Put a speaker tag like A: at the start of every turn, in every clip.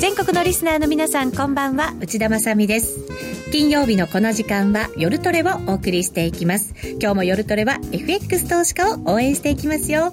A: 全国のリスナーの皆さんこんばんは内田まさみです金曜日のこの時間は夜トレをお送りしていきます今日も夜トレは FX 投資家を応援していきますよ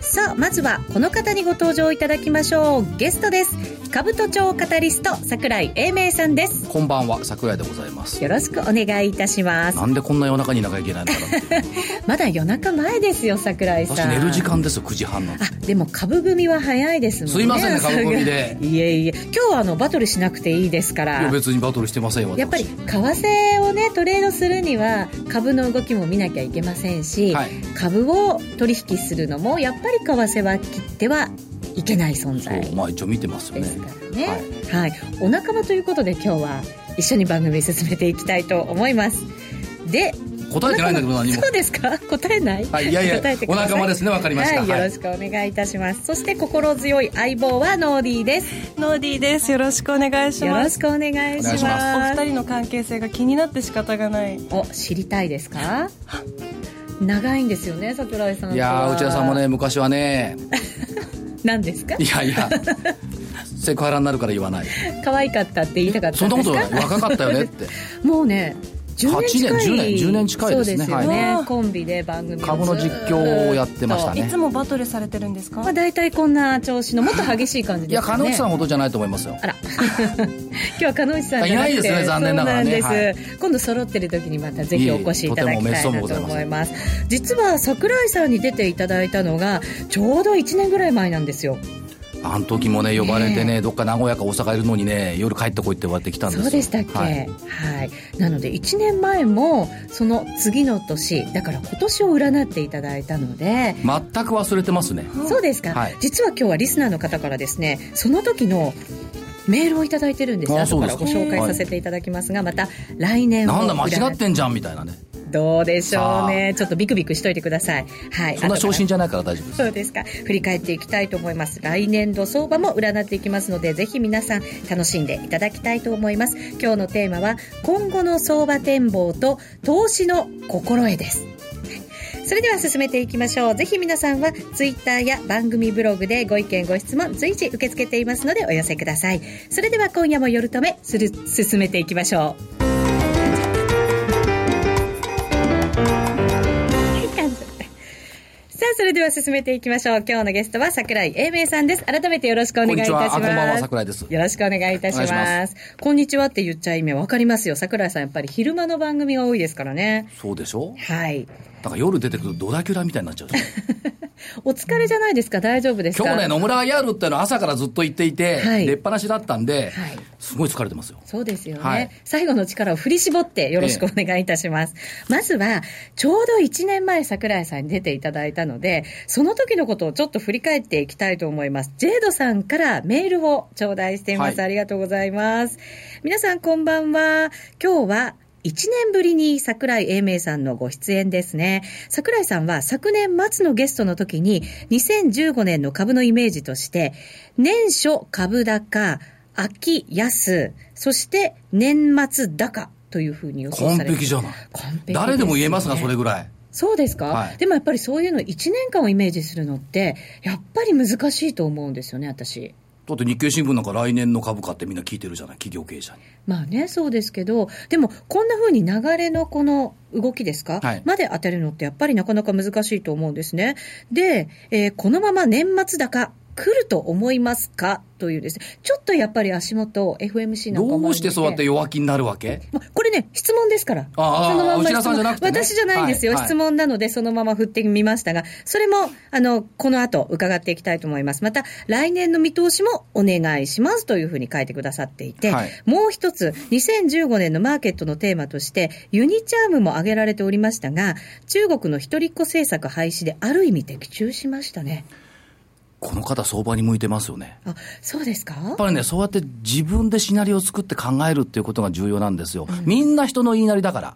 A: さあまずはこの方にご登場いただきましょうゲストです株都庁カタリスト桜井英明さんです
B: こんばんは、桜井でございます。
A: よろしくお願いいたします
B: なんでこんな夜中にいなきゃいけないんだろうっていう。
A: まだ夜中前ですよ桜井さん
B: 私寝る時間ですよ、9時半の。
A: あでも株組は早いですもんね
B: すいませんね株組で
A: 朝がいえいえ今日はあのバトルしなくていいですか
B: いや、
A: ら
B: 別にバトルしてませんよ、私
A: やっぱり為替をねトレードするには株の動きも見なきゃいけませんし、
B: はい
A: 株を取引するのもやっぱり為替は切ってはいけない存在
B: そう、まあ一応見てますよ
A: です
B: ね。
A: からねはい、お仲間ということで今日は一緒に番組進めていきたいと思いますで
B: 答えてないんだけど、何も
A: そ。うですか答えない、
B: はい、いやいや
A: 答えて、く
B: お
A: ださい
B: 仲間ですね、わかりました。
A: はい、よろしくお願いいたします、そして心強い相棒はノーディーです
C: ノーディーです。よろしくお願いし
A: よろ
C: ま
A: し
C: す。
A: くお願いし
B: お願
A: ま
B: い
A: す
B: し
C: お二人の関係性が気になって仕方がない。
A: お知りたいですか長いんですよね桜井さんとはい
B: やー、内田さんもね、昔はね、
A: 何ですか
B: いやいや、セクハラになるから言わない。
A: 可愛かったって言いたかっ
B: そ
A: た
B: ん
A: ん
B: な
A: で
B: こ
A: す
B: と
A: か
B: ない。若かったよね って。
A: もうね10年近い
B: 8年10年10年近いですね
A: そうですよね、
C: はい
A: コンビで番組をずっと
B: 株の実況をやってましたね
C: いつもバトルされてるんですか
A: まあ、。大体こんな調子のもっと激しい感じ
B: い
A: で
B: や、
A: すよね
B: 金内さんほどじゃないと思いますよ。
A: あら今日は鹿野内さんじゃなくて
B: いないですね残念ながらね
A: そうなんです、今度揃ってる時にまたぜひお越しいただきたいなと思
B: いえい
A: い
B: え
A: ます実は桜井さんに出ていただいたのがちょうど1年ぐらい前なんですよ
B: あの時もね、呼ばれ
A: ね
B: てね、どっか名古屋か大阪いるのにね、夜帰ってこいって言われてきたんですよ。
A: そうでしたっけ
B: は
A: はいい、なので1年前もその次の年だから今年を占っていただいたので
B: 全く忘れてますね。
A: そうですか、
B: はい
A: 実は今日はリスナーの方からですねその時のメールをいただいてるんです
B: あ
A: 後から
B: そう
A: ご
B: ですか
A: 紹介させていただきますが、また来年を
B: なんだ、
A: 占
B: 間違ってんじゃんみたいなね。
A: どうでしょうねちょっとビクビクしといてくださいはい
B: そんな昇進
A: 後か
B: じゃないから大丈夫で
A: ら
B: す。
A: そうですか振り返っていきたいと思います来年度相場も占っていきますのでぜひ皆さん楽しんでいただきたいと思います今日のテーマは今後の相場展望と投資の心得ですそれでは進めていきましょうぜひ皆さんはツイッターや番組ブログでご意見ご質問随時受け付けていますのでお寄せくださいそれでは今夜も夜止めする進めていきましょう さあそれでは進めていきましょう今日のゲストは桜井英明さんです改めてよろしくお願いいたします
B: こんにちはあこんばんは桜井です
A: よろしくお願いいたします
B: お願いし
A: こんにちはって言っちゃい意味わかりますよ桜井さんやっぱり昼間の番組が多いですからね
B: そうでしょ
A: はい
B: だから夜出てくるとドラキュラみたいになっちゃう じゃん
A: お疲れじゃないですか大丈夫ですか
B: 今日ね、野村がやるってのは朝からずっと言っていて、
A: はい
B: 出っ放しだったんで、
A: はい
B: すごい疲れてますよ。
A: そうですよね、
B: はい
A: 最後の力を振り絞ってよろしくお願いいたします。まずは、ちょうど1年前桜井さんに出ていただいたので、その時のことをちょっと振り返っていきたいと思います。ジェイドさんからメールを頂戴しています。
B: はい
A: ありがとうございます。皆さんこんばんは。今日は、1年ぶりに桜井英明さんのご出演ですね。桜井さんは昨年末のゲストの時に2015年の株のイメージとして、年初株高、秋安、そして年末高というふうに予想
B: 完
A: されて
B: 璧じゃない。
A: 完璧すね
B: 誰でも言えますが、それぐらい。
A: そうですか、
B: はい
A: でもやっぱりそういうの1年間をイメージするのって、やっぱり難しいと思うんですよね、私。
B: だって日経新聞なんか来年の株価ってみんな聞いてるじゃない、企業経営者に。
A: まあね、そうですけど、でもこんな風に流れのこの動きですか、
B: はい
A: まで当てるのってやっぱりなかなか難しいと思うんですね。で、えーこのまま年末高、来ると思いますかというですね、ちょっとやっぱり足元、FMC なんか
B: ど
A: もあるので
B: うしてそうやって弱気になるわけ
A: まこれね、質問ですから。
B: ああ
A: そのまんま
B: 内
A: 質
B: 田さ
A: 問
B: んじゃなくてね
A: 私じゃないんですよ、
B: はいはい
A: 質問なので、そのまま振ってみましたが、それも、あの、この後、伺っていきたいと思います。また、来年の見通しもお願いしますというふうに書いてくださっていて、
B: はい
A: もう一つ、2015年のマーケットのテーマとして、ユニチャームも挙げられておりましたが、中国の一人っ子政策廃止で、ある意味的中しましたね。
B: この方相場に向いてますよね。
A: あ、そうですか
B: やっぱりね、そうやって自分でシナリオを作って考えるっていうことが重要なんですよ。みんな人の言いなりだから。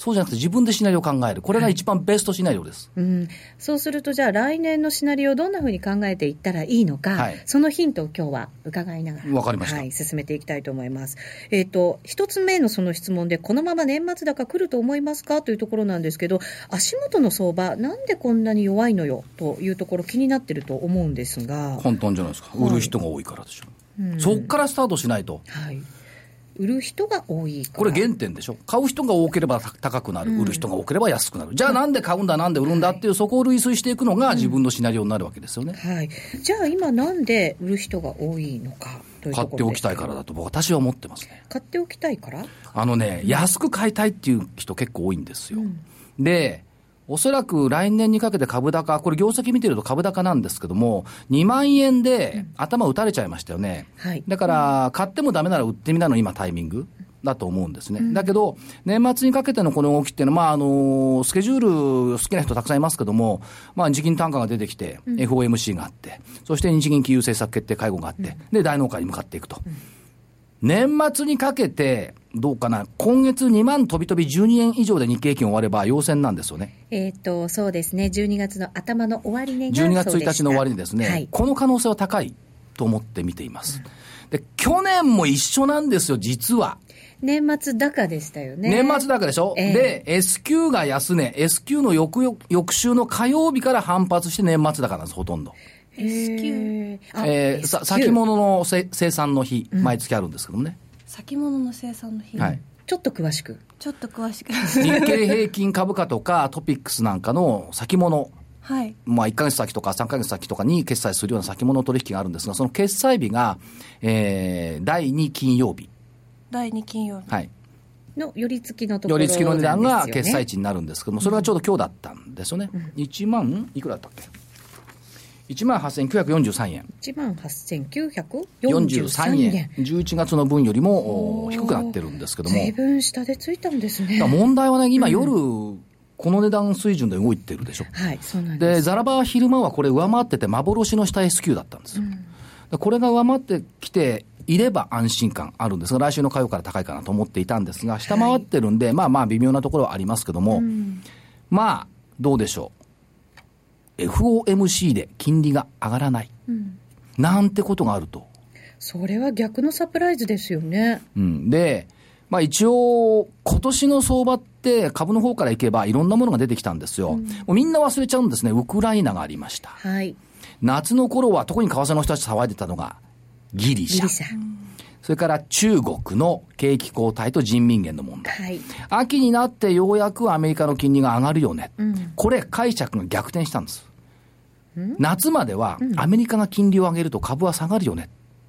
B: そうじゃなくて自分でシナリオを考える。これが一番ベストシナリオです。
A: うん、そうすると、じゃあ、来年のシナリオをどんなふうに考えていったらいいのか、
B: はい
A: そのヒントを今日は伺いながら、
B: わかりました
A: はい、進めていきたいと思います。えっ、と、一つ目のその質問で、このまま年末高来ると思いますかというところなんですけど、足元の相場、なんでこんなに弱いのよというところ、気になってると思うんですが、
B: 簡単じゃないですか。売る人が多いからでしょ。
A: うん
B: そっからスタートしないと。
A: はい、売る人が多いから
B: これ原点でしょ。買う人が多ければた高くなる。売る人が多ければ安くなる。じゃあなんで買うんだ、なんで売るんだっていう、そこを類推していくのが自分のシナリオになるわけですよね。
A: はい、じゃあ、今、なんで売る人が多いのかという
B: 買
A: と
B: っ
A: ころ
B: ておきたい
A: です
B: からだと僕私は思ってますね。
A: 買っておきたいから
B: あのね、安く買いたいっていう人結構多いんですよ。で、おそらく来年にかけて株高、これ業績見てると株高なんですけども、2万円で頭打たれちゃいましたよね。
A: はい
B: だから、買ってもダメなら売ってみたの今タイミング。だと思うんですね、だけど、年末にかけてのこの動きっていうのは、まああのスケジュール、好きな人たくさんいますけども、まあ、日銀単価が出てきて、FOMC があって、そして日銀金融政策決定会合があって、で大納会に向かっていくと、年末にかけて、どうかな、今月2万とびとび12円以上で日経平均終われば、陽線なんですよね、
A: えっ、と、そうですね、12月の頭の終値が
B: 12月
A: そうで
B: 1
A: した
B: 日の終わりにですね、
A: はい、
B: この可能性は高いと思って見ています。で去年も一緒なんですよ、実は。
A: 年末高でしたよね。
B: 年末だけでしょ、
A: ええ
B: で、S q が安値、S q の翌々翌週の火曜日から反発して年末高なんです、ほとんど。
A: へー。あ
B: えーさ
A: S
B: 先物のせ生産の日、毎月あるんですけどもね。
C: 先物の生産の日、
B: はい
A: ちょっと詳しく。
C: ちょっと詳 しく
B: 日経平均株価とかトピックスなんかの先物
C: はい
B: まあ、1ヶ月先とか3ヶ月先とかに決済するような先物取引があるんですが、その決済日が、えー第2金曜日。
C: 第2金曜日
B: はい。
A: の寄り付きのとこ
B: 寄
A: ろ、
B: り付きの値段が決済。値になるんですけども、それがちょうど今日だったんですよね。1万、いくらだったっけ ?1 万8943円。
A: 1万8943
B: 43
A: 円
B: 円。。11月の分よりもおー低くなってるんですけども。
A: 随分下でついたんですね
B: だから。問題はね、今夜、この値段水準で動いてるでしょ。
A: はい、そうなんです。
B: で、ザラバは昼間はこれ上回ってて、幻の下 S q だったんですよ。でこれが上回ってきていれば安心感あるんですが、来週の火曜から高いかなと思っていたんですが、下回ってるんで、まあまあ微妙なところはありますけども、まあ、どうでしょう。FOMC で金利が上がらない。なんてことがあると。
A: それは逆のサプライズですよね。
B: うん、で、まあ、一応、今年の相場って、株の方からいけば、いろんなものが出てきたんですよ、もうみんな忘れちゃうんですね、ウクライナがありました、
A: はい。
B: 夏の頃は特に為替の人たち騒いでたのが、ギリ
A: ギ
B: シャ
A: リシャ。
B: それから中国の景気後退と人民元の問題、
A: はい。
B: 秋になってようやくアメリカの金利が上がるよね、
A: ん
B: これ、解釈が逆転したんです。夏まではアメリカが金利を上げると株は下がるよねっ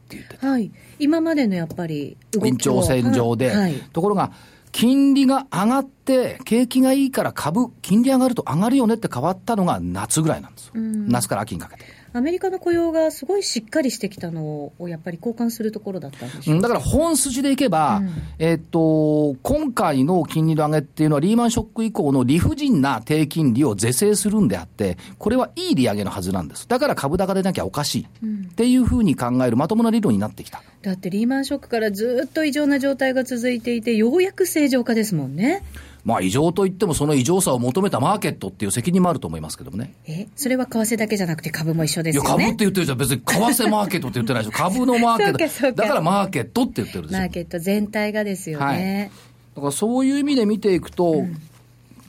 B: て言って
A: はい。今までのやっぱり動きを
B: 延長線上で、
A: はい。
B: ところが、金利が上がって、景気がいいから株、金利上がると上がるよねって変わったのが夏ぐらいなんですよ、夏から秋にかけて。
A: アメリカの雇用がすごいしっかりしてきたのをやっぱり交換するところだったんでしょう、
B: うんだから本筋でいけば、えっと、今回の金利の上げっていうのは、リーマンショック以降の理不尽な低金利を是正するんであって、これはいい利上げのはずなんです、だから株高でなきゃおかしい、っていうふうに考える、まともな理論になってきた。
A: だってリーマンショックからずっと異常な状態が続いていて、ようやく正常化ですもんね。
B: まあ、異常といっても、その異常さを求めたマーケットっていう責任もあると思いますけどもね。
A: え、それは為替だけじゃなくて株も一緒で
B: い
A: す
B: や、
A: よ
B: 株っ
A: ね
B: て。言ってるじゃん。別に為替マーケットって言ってないでしょ。株のマー ケ
A: そうかそ
B: ッ
A: う
B: ト。
A: か
B: だからマーケットって言ってるでしょ。
A: マー
B: だ
A: ケット全体がですよね。
B: からそういう意味で見ていくと、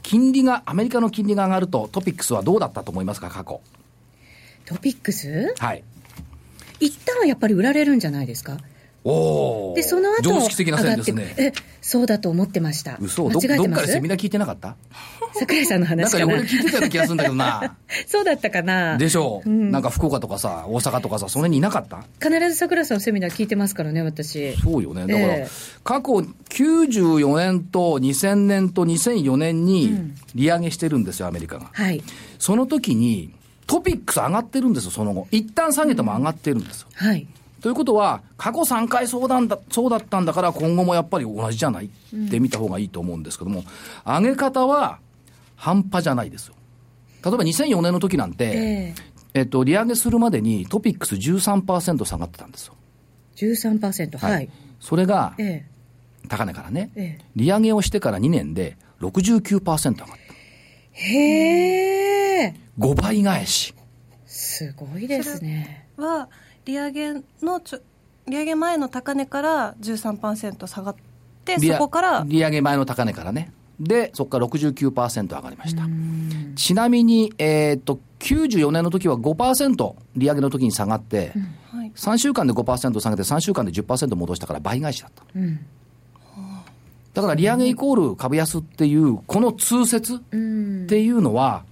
B: 金利が、アメリカの金利が上がると、トピックスはどうだったと思いますか、過去。
A: トピックス
B: はい。
A: 一旦はやっぱり売られるんじゃないですか
B: おお。
A: で、その後
B: 常識的な線です
A: 上がっ
B: ね。
A: てえ、そうだと思ってました。
B: 嘘ど
A: 間違え
B: ど
A: て
B: っ
A: ま
B: かでセ
A: す
B: ミナー聞いてなかった
A: 桜井さんの
B: なん
A: 話
B: か
A: かな
B: 俺。聞いてたような気がするんだけど な。
A: そうだったかな
B: でしょう、なんか福岡とかさ、大阪とかさ、その辺にいなかった
A: 必ず桜井さんのセミナー聞いてますからね、私。
B: そうよね。だから、
A: ええ
B: 過去94年と2000年と2004年に利上げしてるんですよ、アメリカが。
A: はい。
B: その時に、トピックス上がってるんですよ、その後。一旦下げても上がってるんですよ。
A: はい。
B: ということは、過去3回そうだんだそうだったんだから、今後もやっぱり同じじゃないって見た方がいいと思うんですけども、上げ方は半端じゃないですよ。例えば2004年の時なんて、
A: え
B: えっと、利上げするまでにトピックス13%下がってたんですよ。
A: 13%。はい。
B: それが、
A: ええ
B: 高値からね、
A: ええ
B: 利上げをしてから2年で69%上がった。
A: へえ。
B: 5倍返し。
A: すごいですね。
C: は利上げのちょ利上げ前の高値から13%下がって
B: 利
C: そ
B: 上
C: こから
B: 利上げ前の高値からね。で、そこから69%上がりました。ちなみに、えーっと、94年の時は5%利上げの時に下がって、
C: はい
B: 3週間で5%下げて、3週間で10%戻したから倍返しだった。
A: うん。
B: だから利上げイコール株安っていう、この通説っ
A: うん。
B: ていうのは、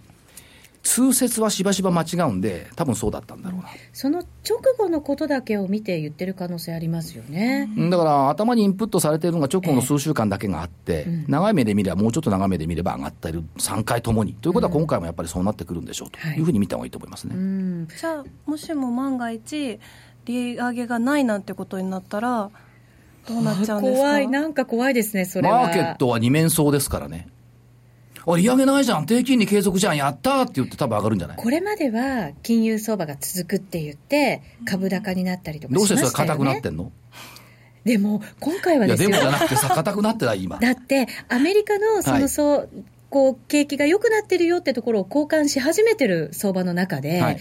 B: 通説はしばしば間違うんで、多分そうだったんだろうな。
A: その直後のことだけを見て言ってる可能性ありますよね。
B: だから頭にインプットされているのが直後の数週間だけがあって、長い目で見れば、もうちょっと長い目で見れば上がっている、3回ともに。ということは、今回もやっぱりそうなってくるんでしょうと
A: はい
B: いうふうに見た方がいいと思いますね。
A: うん。
C: じゃあもしも万が一利上げがないなんてことになったらどうなっちゃうんですか
A: 怖い、なんか怖いですね、それは。
B: マーケットは二面相ですからね。あ、利上げないじゃん、低金利継続じゃん、やったーって言って多分上がるんじゃない
A: これまでは金融相場が続くって言って、株高になったりとか
B: どうし
A: してま
B: それ
A: したよ、ね、
B: 硬くなってんの
A: でも、今回はい
B: や、
A: です
B: で
A: よ
B: もじゃなくてさ、硬くなってない、 今。
A: だって、アメリカのそ
B: は
A: の
B: い
A: そう、こう景気が良くなってるよってところを交換し始めてる相場の中で、
B: はい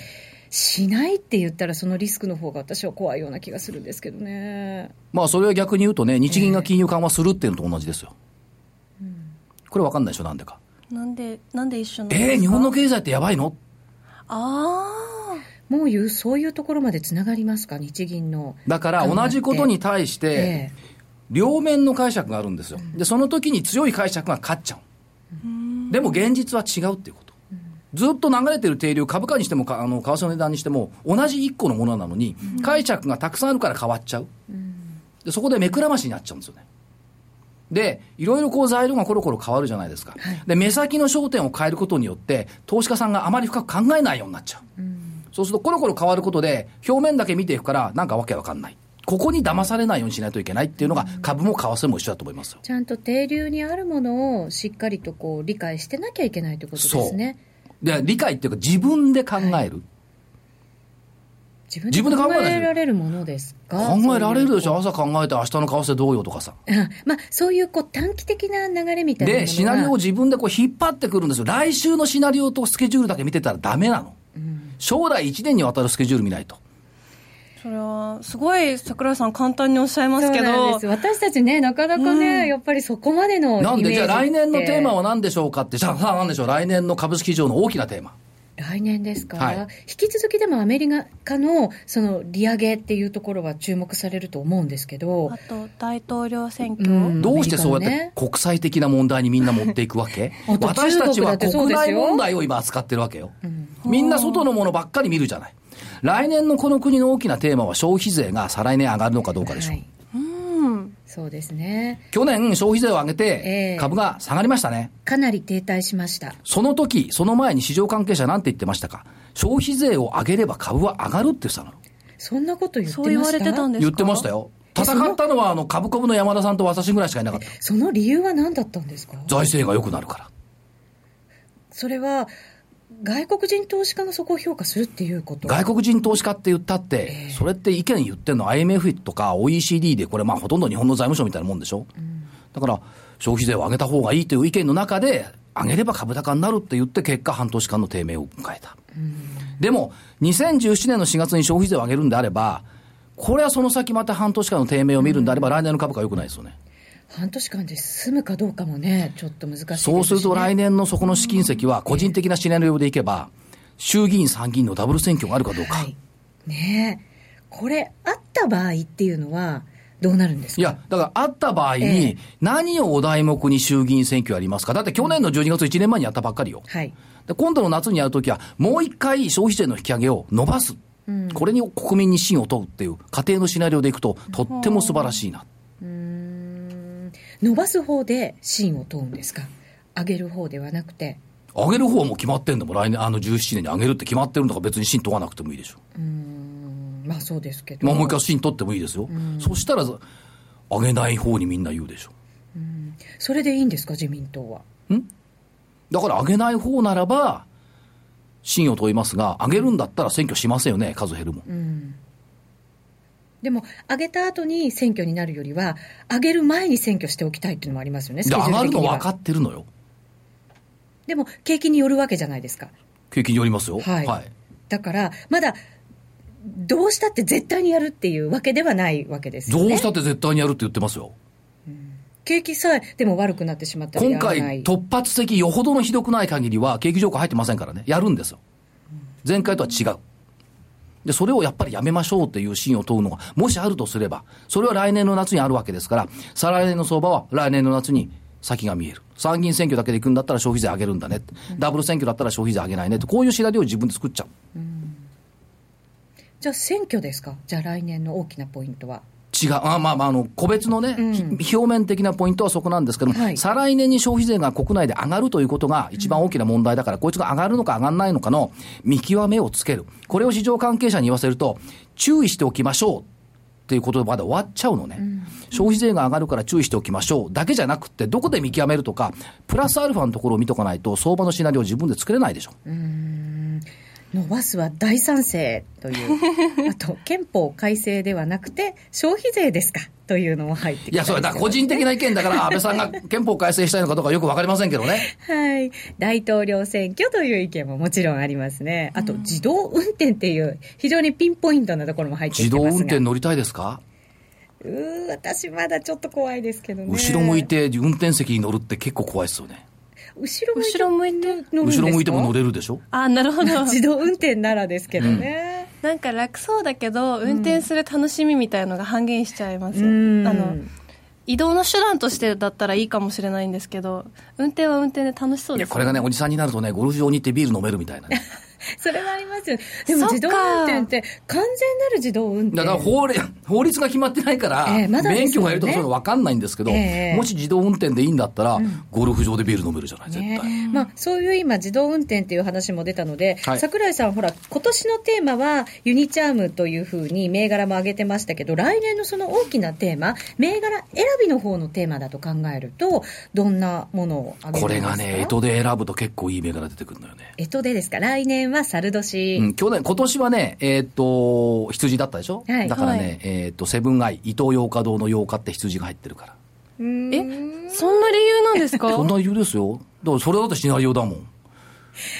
A: しないって言ったら、そのリスクの方が私は怖いような気がするんですけどね。
B: まあ、それは逆に言うとね、日銀が金融緩和するっていうのと同じですよ。これ分かんないでしょ、なんでか。
C: なんでなんで一緒なんですか
B: えー、日本の経済ってやばいの
C: ああ
A: もういう、そういうところまでつながりますか、日銀の。
B: だから同じことに対して、
A: ええ
B: 両面の解釈があるんですよ。で、その時に強い解釈が勝っちゃう。でも現実は違うっていうこと。ずっと流れてる定流、株価にしてもか、あの、為替の値段にしても、同じ一個のものなのに、解釈がたくさんあるから変わっちゃう。で、そこで目くらましになっちゃうんですよね。で、いろいろこう材料がコロコロ変わるじゃないですか。で、目先の焦点を変えることによって、投資家さんがあまり深く考えないようになっちゃう。そうするとコロコロ変わることで、表面だけ見ていくから、なんかわけわかんない。ここに騙されないようにしないといけないっていうのが、株も為替も一緒だと思いますよ。
A: ちゃんと定流にあるものをしっかりとこう理解してなきゃいけないということですね。
B: で、理解っていうか、自分で考える。
A: 自分
B: 自分で考えないですよ
A: られるものですか
B: 考えられるでし
A: ょ
B: ょ朝考えて明日の為替どうよとかさ。
A: まあ、そういうこう短期的な流れみたいなもの
B: で、
A: が
B: シナリオを自分でこう引っ張ってくるんですよ。来週のシナリオとスケジュールだけ見てたらダメなの。将来1年にわたるスケジュール見ないと。
C: それはすごい桜井さん簡単におっしゃいますけ
A: そうなん
C: ど
A: です私たちね、なかなかね、やっぱりそこまでのイメージ
B: なんで、じゃあ来年のテーマ
A: は
B: は何でしょうかって、じゃあさあ何でしょう来年の株式市場の大きなテーマ。
A: 来年ですか、
B: はい
A: 引き続きでもアメリカのその利上げっていうところは注目されると思うんですけど
C: あ、と大統領選挙、
A: うん
B: どうしてそうや
A: アメ
B: って
A: リ
B: 国際的な問題にみんな持っていくわ け
A: あと
B: 私たちは
A: 中国だってそうで
B: 国
A: す
B: 内
A: よ
B: 問題を今扱ってるわけよ。みんな外のものばっかり見るじゃない。来年のこの国の大きなテーマは消費税が再来年上がるのかどうかでしょう。
A: はい、
C: うん、
A: そうですね、
B: 去年消費税を上げ
A: ええ
B: て株が下がりましたね。
A: かなり停滞しました、
B: その時、その前に市場関係者なんて言ってましたか消費税を上げれば株は上がるって言ってたの。
A: そんなこと言って
C: そ
A: ま
C: う
A: した
C: 言われてたんですか
B: 言ってましたよ。
A: え
B: 戦ったのはあの株株の山田さんと私ぐらいしかいなかった。
A: その理由は何だったんですか
B: 財政が良くなるから。
A: それは外国人投資家がそこを評価するっていうこと
B: 外国人投資家って言ったって、それって意見言ってんの IMF とか OECD で、これまあほとんど日本の財務省みたいなもんでしょ、だから消費税を上げた方がいいという意見の中で、上げれば株高になるって言って、結果半年間の低迷を迎えた。でも、2017年の4月に消費税を上げるんであれば、これはその先また半年間の低迷を見るんであれば、来年の株価は良くないですよね。
A: 半年間で済むかどうかもねちょっと難しいですしね
B: そうすると来年のそこの試金石は、個人的なシナリオでいけば、衆議院参議院のダブル選挙があるかどうか。
A: はい、ねえこれあった場合っていうのはどうなるんですか
B: いや、だからあった場合
A: ええ
B: に、何をお題目に衆議院選挙やりますか、だって去年の12月、1年前にやったばっかりよ、
A: はい
B: で今度の夏にやるときは、もう一回消費税の引き上げを伸ばす、これに国民に信を問うっていう、家庭のシナリオでいくと、とっても素晴らしいな、
A: 伸ばす方で芯を問うんですか上げる方ではなくて
B: 上げる方はもう決まってんだもん、来年、あの17年に上げるって決まってるんだから、別に信問わなくてもいいでしょ、
A: うんまあそうですけど
B: まあ、もう一回信取ってもいいですよ、そしたら、上げない方にみんな言うでしょ。
A: それでいいんですか自民党は
B: だから上げない方ならば、信を問いますが、上げるんだったら選挙しませんよね、数減るもん。
A: でも上げた後に選挙になるよりは上げる前に選挙しておきたいっていうのもありますよねスケ
B: で
A: ジュー
B: 上が
A: ル
B: る
A: 的
B: の
A: には
B: 分かってるのよ。
A: でも景気によるわけじゃないですか。
B: 景気によりますよ。
A: はいだから、まだ、どうしたって絶対にやるっていうわけではないわけですよ、
B: ど
A: ね。
B: うしたって絶対にやるって言ってますよ。
A: 景気さえ、でも悪くなってしまったら
B: 今
A: やらない。
B: 回、突発的、よほどのひどくない限りは、景気条項入ってませんからね、やるんですよ。前回とは違う。で、それをやっぱりやめましょうっていう芯を問うのが、もしあるとすれば、それは来年の夏にあるわけですから、再来年の相場は来年の夏に先が見える。参議院選挙だけで行くんだったら消費税上げるんだねって、ダブル選挙だったら消費税上げないねって、こういうシナリオを自分で作っちゃう。
A: じゃあ選挙ですかじゃあ来年の大きなポイントは。
B: 違う、あまあまあ、あの個別のね、ひ表面的なポイントはそこなんですけども、
A: はい
B: 再来年に消費税が国内で上がるということが一番大きな問題だから、こいつが上がるのか上がらないのかの見極めをつける、これを市場関係者に言わせると、注意しておきましょうっていうことまで終わっちゃうのね、消費税が上がるから注意しておきましょうだけじゃなくって、どこで見極めるとか、プラスアルファのところを見とかないと、相場のシナリオを自分で作れないでしょ。
A: 伸ばすは大賛成と いう。あと、憲法改正ではなくて、消費税ですかというのも入ってきたり
B: いや、それだ、個人的な意見だから、安倍さんが憲法改正したいのかどうかよくわかりませんけどね。
A: はい、大統領選挙という意見ももちろんありますね、あと自動運転っていう、非常にピンポイントなところも入ってき
B: 自
A: て
B: 動
A: ま
B: 運
A: すが
B: 転乗りたいですか
A: うー私、まだちょっと怖いですけどね、
B: 後ろ向い、て運転席に乗るって結構怖いですよね。
A: 後ろ向いて
C: 後ろ向いて
A: 乗るんです
B: 後
A: か
B: ろ向いても乗れるでしょ
C: あな るほど
A: 自動運転ならですけどね、
C: なんか楽そうだけど運転する楽しみみたいのが半減しちゃいます、
A: うん
C: あの移動の手段としてだったらいいかもしれないんですけど運転は運転で楽しそう
B: い
C: で
B: や、
C: す
B: これがね、おじさんになるとね、ゴルフ場に行ってビール飲めるみたいなね。
A: それはありますよね、でも
C: そっか
A: 自動運転って、完全なる自動運転
B: だから法令法律 が決まってないから、
A: ええまだですよね
B: 免許がいるとかそういうの分かんないんですけど、
A: ええ
B: もし自動運転でいいんだったら、ゴルフ場でビール飲めるじゃない、絶
A: ね
B: 対。
A: まあ、そういう今、自動運転っていう話も出たので、
B: はい
A: 桜井さん、ほら、今年のテーマは、ユニチャームというふうに銘柄も挙げてましたけど、来年のその大きなテーマ、銘柄選びの方のテーマだと考えると、どんなものを挙げ
B: こ
A: て
B: れ
A: ま
B: が
A: すか
B: ね、江戸で選ぶと結構いい銘柄出てくるんだよね。
A: えとでですか、来年は猿年、
B: うん、去年、今年はね、えーっと、羊だったでしょ、
A: はい
B: だからね、
C: はい
B: えーっと、セブンアイ、伊東洋華堂の洋華って羊が入ってるから。
C: えそんな理由なんですか
B: そんな理由ですよ。だからそれだってシナリオだもん。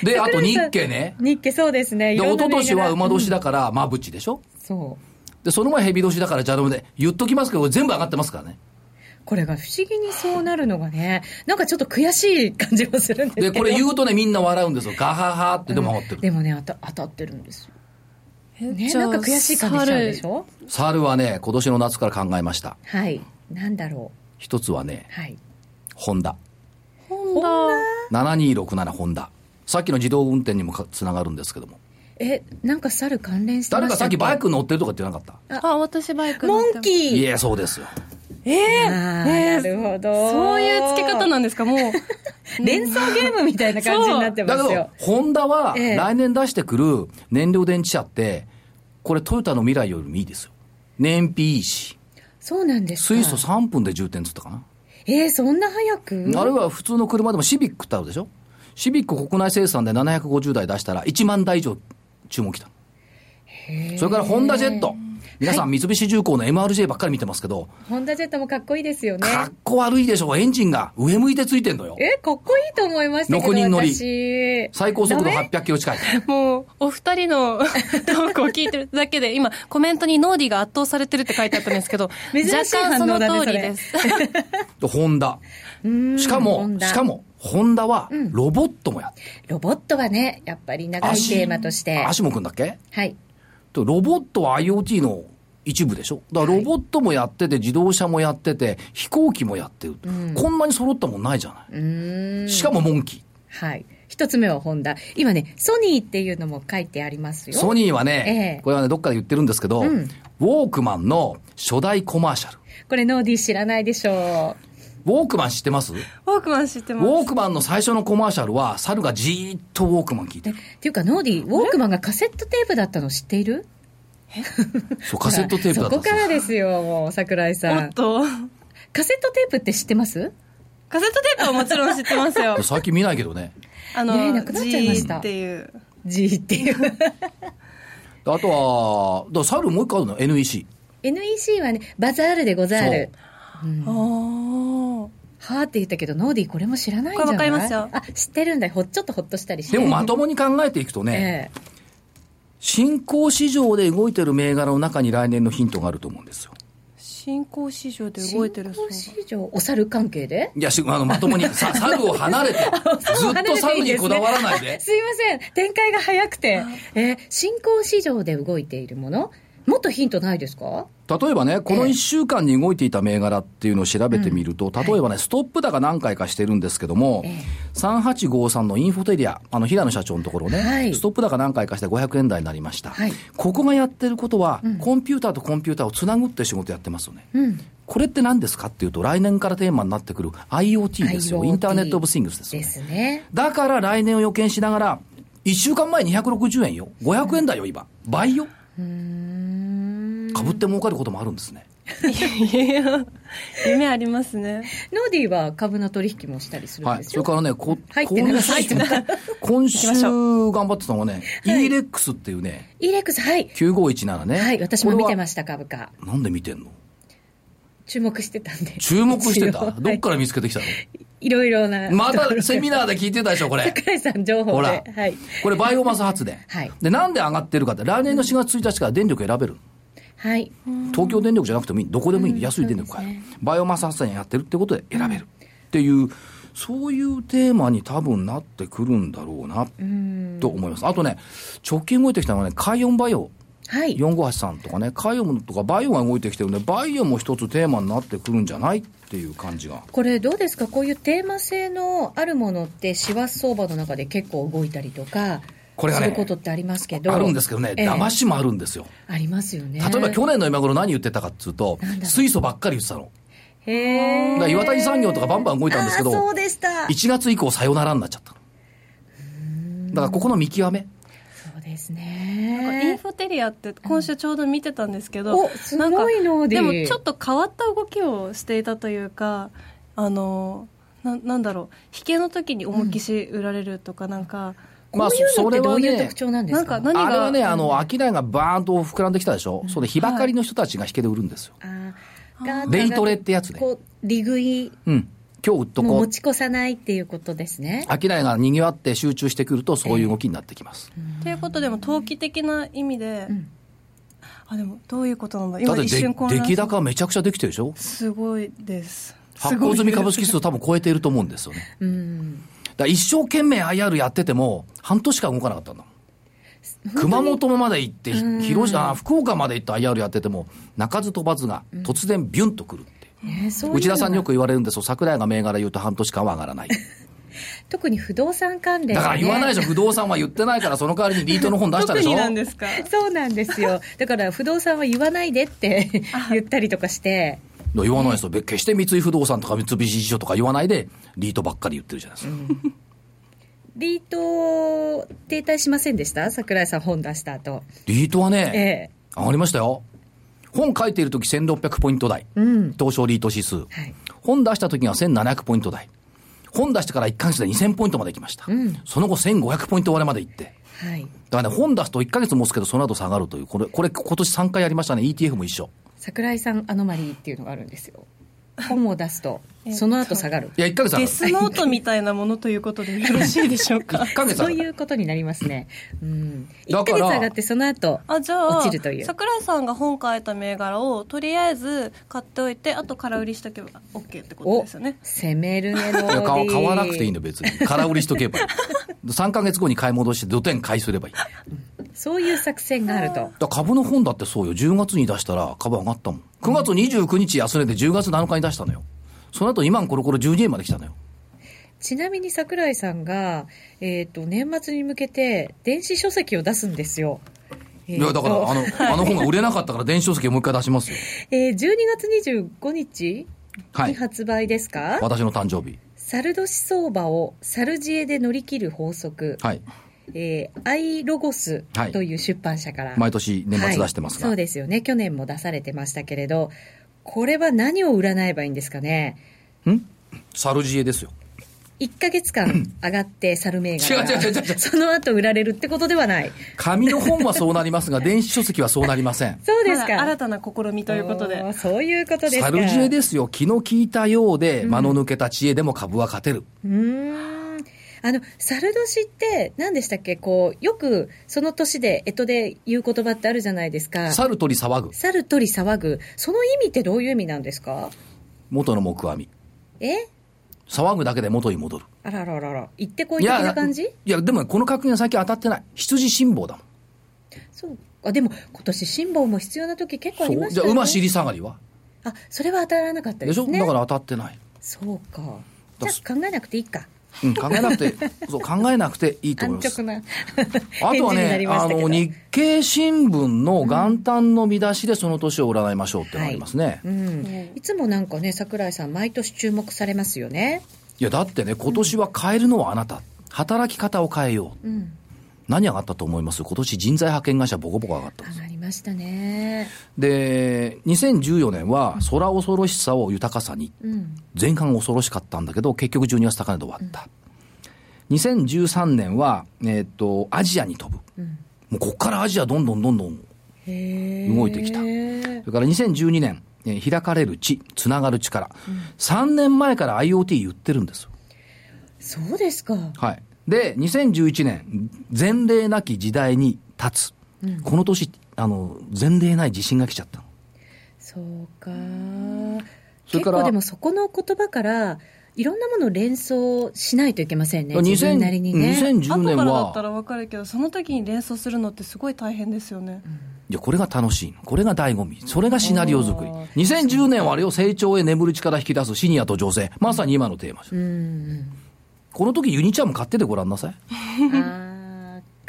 B: で、あと日経ね。
A: 日経、そうですね、
B: で、
A: いろ
B: 一
A: んな
B: 昨
A: 銘柄
B: 年は馬年
A: うん
B: だから、まぶちでしょ
A: そう
B: で、その前蛇年だから、じゃあで、言っときますけど、全部上がってますからね。
A: これが不思議にそうなるのがね、なんかちょっと悔しい感じもするんですけど
B: で、これ言うとね、みんな笑うんですよ。ガハハってでも上がってる。
A: でもねあた、当たってるんですよ
C: え
A: ね、
C: じ
A: な
C: ゃあ
A: んか悔しい感じしちゃうでしょ
B: 猿はね、今年の夏から考えました。
A: はい。なんだろ
B: 一つはね
A: う。、はい。
B: ホンダ。
C: ホンダ
B: 7267ホンダ。さっきの自動運転にもつながるんですけども。
A: え、なんか猿関連してま
B: 誰
A: した
B: かさっきバイク乗ってるとか言ってなかっ
C: あ私バイク乗
A: モ
C: って
A: ン
C: ます
A: キ
B: たい
A: ー
B: や、そうですよ。
C: ええ
A: あー
C: ねえ
A: なるほど。
C: そういう付け方なんですかもう
A: 連想ゲームみたいな感じになってま
B: だ
A: す
B: けど
A: よ。、
B: ホンダは
A: ええ
B: 来年出してくる燃料電池車って、これトヨタの未来よりもいいですよ。燃費いいし、
A: そうなんですか。
B: 水素3分で充填っつったかな。
A: えー、そんな早く
B: あるいは普通の車でもシビックってあるでしょシビック国内生産で750台出したら1万台以上注文来た。それからホンダジェット。皆さん三菱重工の MRJ ばっかり見てますけど、
A: ホンダジェットもかっこいいですよね。
B: かっこ悪いでしょエンジンが上向いてついてんのよ。
A: え、かっこいいと思いましたけど、
B: 六人乗り
A: 私。
B: 最高速度
A: ダメ
B: 800キロ近い。
C: もうお二人のトークを聞いてるだけで今コメントにノーディが圧倒されてるって書いてあったんですけど
A: 珍しい
C: 若干そ
A: 反応
C: の
A: だね
C: 通りです
B: ホンダ。
A: うん
B: しか
A: ホ
B: も
A: ン、ダ
B: しかも、ホンダはロボットもやって、
A: ロボットはね、やっぱり長いテーマとして。
B: 足もくんだっけ
A: はい。
B: とロボットは IoT の一部でしょだからロボットもやってて、自動車もやってて、飛行機もやってる、こんなに揃ったもんないじゃな
A: うーん
B: い。。しかもモンキ
A: はい。一つ目はホンダ。今ね、ソニーっていうのも書いてあります
B: ー。
A: よ。
B: ソニーはね、
A: ええ
B: これはね、どっかで言ってるんですけど、
A: ん
B: ウォークマンの初代コマーシャル。
A: これノーディー知らないでしょう。
B: ウォークマン知ってます
C: ウォークマン知って
B: ウ
C: ます
B: ォークマンの最初のコマーシャルは、猿がじーっとウォークマン聞いてる。
A: っていうかノーディー、ウォークマンがカセットテープだったの知っている
B: そう、カセットテープだ
A: ほら
B: った
A: そこ
B: んです
A: か
B: よ
A: らですよ、もう、桜井
C: お
A: さん
C: っ。と
A: カセットテープって知ってます
C: カセットテープはもちろん知ってますよ
B: で最近見ないけどね。
C: あの、
A: ねえなくなっちゃいました
C: G っていう
A: ?G って いう。
B: であとは、だから猿もう一個あるの ?NEC。
A: NEC はね、バザールでござる。
C: あー
A: はあって言ったけど、ノーディーこれも知らないんじゃない
C: これわかりますよ
A: あ、知ってるんだよ。ほっちょっとほっとしたりして。
B: でもまともに考えていくとね、
A: ええ
B: 新興市場で動いてる銘柄の中に来年のヒントがあると思うんですよ。
C: 新興市場で動いてるそう
A: 新興市場、お猿関係で
B: いや、し あのまともに、さ猿を離 れて、ずっと猿にこだわらないで。
A: すいません。展開が早くて。えー新興市場で動いているものもっとヒントないですか
B: 例えばね、この
A: ええ
B: 1週間に動いていた銘柄っていうのを調べてみると、例えばね、ストップ高何回かしてるんですけども、
A: ええ
B: 3853のインフォテリア、あの、平野社長のところね、
A: はい
B: ストップ高何回かして500円台になりました。
A: はい
B: ここがやってることは、コンピューターとコンピューターをつなぐって仕事やってますよね。
A: うん。
B: これって何ですかっていうと、来年からテーマになってくる IoT ですよ。
A: IoT
B: インターネット・オブ・シングスですよ
A: で
B: ね。
A: すね。
B: だから来年を予見しながら、1週間前260円よ。500円だよ、今。倍よ。株って儲かることもあるんですね。
C: いや夢ありますね
A: ノーディーは株の取引もしたりするん
B: はい。
A: です
B: それ
A: よ。
B: からね、こ
A: 入ってない
B: 今
A: 入って
B: 週
A: な、
B: 今週
C: 行きまし
B: 頑張ってたのはね、
A: はい
B: ELEX っていうね、
A: イレックス、はい。
B: 9517ね。
A: はい、私も見て
B: す。
A: ました、株価。
B: なんで見てんの
A: 注目してたんで。
B: 注目して
A: 一応
B: た。どっから見つけてきたの、
A: いろいろな。
B: また セミナーで聞いてたでしょ、これ。
A: 高井さん情報
B: ほ
A: で
B: ら。。
A: はい。
B: これバイオマス発電。
A: はい
B: で、なんで上がってるかって、来年の4月1日から電力選べる。
A: はい。
B: 東京電力じゃなくてもいい。どこでもいい。安い電力買える。バイオマス発電やってるってことで選べる。っていう、そういうテーマに多分なってくるんだろうな、と思います。あとね、直近動いてきたのはね、海洋バイオ。
A: はい。
B: 458さんとかね、海洋とかバイオが動いてきてるんで、バイオも一つテーマになってくるんじゃないっていう感じが。
A: これどうですかこういうテーマ性のあるものって師走相場の中で結構動いたりとか
B: これがね
A: することってありますけど
B: あるんですけどね、
A: ええ
B: 騙しもあるんですよ。
A: ありますよね
B: 例えば去年の今頃何言ってたかっつうと
A: なんだ、ろう
B: 水素ばっかり言ってたの。
A: 日
B: だから岩谷産業とかバンバン動いたんですけ
A: あー
B: ど、
A: そうでした
B: 1月以降さよならになっちゃったの。だからここの見極め。
A: そうです
C: イン
A: ね
C: フォテリアって今週ちょうど見てたんですけど、
A: おすごいので
C: でもちょっと変わった動きをしていたというかあのななんだろう引けの時に重きし売られるとかなんか、
A: こういうのってどういう特徴なんです
C: ま
A: か,、
C: あそそれはねなんか
B: あれはね、
C: 何が
B: あの、商いがバーンと膨らんできたでしょ、それ日ばかりの人たちが引けで売るんですよ。
A: あーが
C: あ
B: レイトレってやつね
A: こう利食い
B: うん。今日売っと
A: も
B: こ
A: 持
B: う。
A: ち越さないっていうことですね
B: 商いが賑わって集中してくると、そういう動きになってきます。
C: ということでも投機的な意味で、
A: ん
C: あでもどういうことなんだ
B: だっ
C: 今
B: て
C: 一
B: で、
C: 瞬混乱
B: 出来高めちゃくちゃできてるでしょ
C: すごいです
B: 発行済み株式
C: す
B: 数多分超えていると思うんですよね。
A: うん
B: だから一生懸命 IR やってても、半年間動かなかったんだもん。熊本まで行って、ひ広島、あ福岡まで行って IR やってても、鳴かず飛ばずが突然ビュンとくるって。
A: ねそういうのは
B: 内田さんによく言われるんですよ。桜井が銘柄言うと半年間は上がらない。
A: 特に不動産関連、ね、
B: だから言わないでしょ。不動産は言ってないから、その代わりにリートの本出した
C: 特
B: でしょ
C: に。なんですか
A: そうなんですよ。だから不動産は言わないでって言ったりとかして、
B: いや言わないですよ。別決して三井不動産とか三菱地所とか言わないで、リートばっかり言ってるじゃないですか。
A: リート停滞しませんでした桜井さん本出した後。
B: リートはね、
A: ええ
B: 上がりましたよ。本書いているとき1600ポイント台。
A: うん。
B: 東証リート指数。
A: はい。
B: 本出した時には1700ポイント台。本出してから1ヶ月で2000ポイントまで行きました。
A: ん
B: その後1500ポイント割れまで行って。
A: はい。
B: だからね、本出すと1ヶ月持つけど、その後下がるという。これ、これ今年3回やりましたね。ETF も一緒。
A: 桜井さんアノマリーっていうのがあるんです よ。本を出すと、その後下がる
B: い。や、1ヶ月下が
C: デ
B: る。
C: スノートみたいなものということでよろしいでしょうか
B: 1ヶ月
A: そう
B: 下が
A: い
B: る。
A: うことになりますね。うん。1
B: だ
A: ヶ
B: か
A: 月
B: ら
A: 上がってその後、
C: あじゃあ
A: 落ちるという
C: 桜井さんが本書いた銘柄をとりあえず買っておいてあと空売りしとけば OK ってこと
A: お
C: ですよね、
A: 攻めるねの。
B: いや買わ買わなくていいの、別に。空売りしとけばいい。3ヶ月後に買い戻して、土点買いすればいい。だか
A: そういう作戦があると。
B: ら株の本だってそうよ。10月に出したら株上がったもん。9月29日安値で10月7日に出したのよ。その後今コロコロ12円まで来たのよ。
A: ちなみに桜井さんが、えっ、と、年末に向けて電子書籍を出すんですよ。えー
B: いや、だから、
A: と
B: あの、あの本が売れなかったから、電子書籍をもう一回出しますよ。
A: えー、12月25日
B: は
A: に
B: い。
A: 発売ですか、
B: 私の誕生日。
A: 猿年相場を猿知恵で乗り切る法則、
B: はい。
A: えーアイロゴスという出版社から、
B: 毎年年末出してますが。
A: はいそうですよね去年も出されてましたけれどこれは何を占えばいいんですかね
B: んサルジエですよ。
A: 1か月間上がって猿銘柄が
B: 違う違う違う違う
A: その後売られるってことではない
B: 紙の本はそうなります が、電子書籍はそうなりません。
A: そうです
C: ま
A: か、
C: だ新たな試みということで
A: おーそういうことですか
B: 猿知恵ですよ。気の利いたようで、間の抜けた知恵でも株は勝てる。
A: うーんあの猿年って何でしたっけこうよくその年で干支で言う言葉ってあるじゃないですか
B: 猿取り騒ぐ。
A: 猿取り騒ぐその意味ってどういう意味なんですか
B: 元の木阿弥。
A: え
B: 騒ぐだけで元に戻る。
A: あらららら行ってこい的な感じ
B: いや、でもこの確認は最近当たってない。羊辛抱だもん。
A: そうあでも今年辛抱も必要な時結構ありまし
B: じ
A: た
B: ゃあ、
A: よね
B: 馬尻下がりは
A: あそれは当たらなかった
B: で
A: で
B: し
A: す
B: ょ
A: ね
B: だから当たってない。
A: そうかじ
B: だ
A: ゃあ考えなくていいか
B: うん、考えな くて、そう、考えなくていいと思いま
A: 安
B: す
A: 直。な
B: あとは
A: 返事にな
B: ね
A: り、まし
B: あ
A: たけど
B: の、日経新聞の元旦の見出しでその年を占いましょうってのがありますね。い
A: うん、いつもなんかね桜井さん毎年注目されますよね
B: や、だってね、今年は変えるのはあなた。働き方を変えよう。何上がったと思います今年人材派遣会社ボコボコ上がった。
A: 上がりましたね
B: で、2014年は空恐ろしさを豊かさに。
A: うん
B: 前半恐ろしかったんだけど、結局12月高値で終わった。2013年は、えーっと、アジアに飛ぶ。もうこっからアジアどんどんどんどん動
A: 動
B: いてきたそれから2012年、えー開かれる地、つながる力、3年前から IoT 言ってるんですよ。
A: そうですか。
B: はい、で、2011年、前例なき時代に立つ、この年あの、前例ない地震が来ちゃったの
A: そうか。
B: そ
A: 結
B: れから
A: 構でもそこの言葉から、いろんなものを連想しないといけませんね。自分なりにね。
B: 2010
C: 後
B: 年
C: からだった
B: は、
C: ら分かるけどその時に連想するのってすごい大変ですよね、
B: いやこれが楽しいの、これが醍醐味、それがシナリオ作り、2010年はあれを成長へ眠る力引き出すシニアと女性、まさに今のテーマです、
A: うん。
B: この時ユニチャーム買っててごらんなさい。
A: あー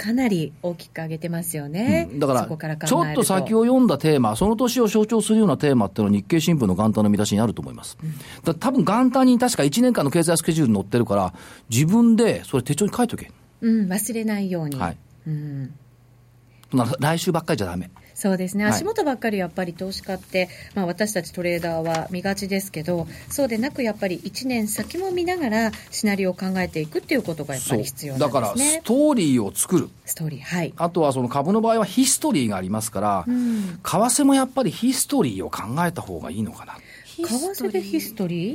A: かなり大きく上げてますよね。
B: だか
A: そこから
B: ら、
A: 考える
B: ちょっと先を読んだテーマ、その年を象徴するようなテーマっていうのは日経新聞の元旦の見出しにあると思います。だ多分元旦に確か1年間の経済スケジュール載ってるから、自分でそれ手帳に書いとけ。
A: うん、忘れないように。
B: はい。
A: うん。
B: そんな来週ばっかりじゃダメ。
A: そうですね、
B: はい
A: 足元ばっかりやっぱり投資家って、まあ、私たちトレーダーは見がちですけど、そうでなくやっぱり1年先も見ながら、シナリオを考えていくっていうことがやっぱり必要な
B: だ
A: ん
B: か
A: で
B: ら、
A: すね
B: ス。トーリーを作る。
A: ストーリー、はい。
B: あとはその株の場合はヒストリーがありますから、為替もやっぱりヒストリーを考えた方がいいのかな。
A: 為替でヒストリー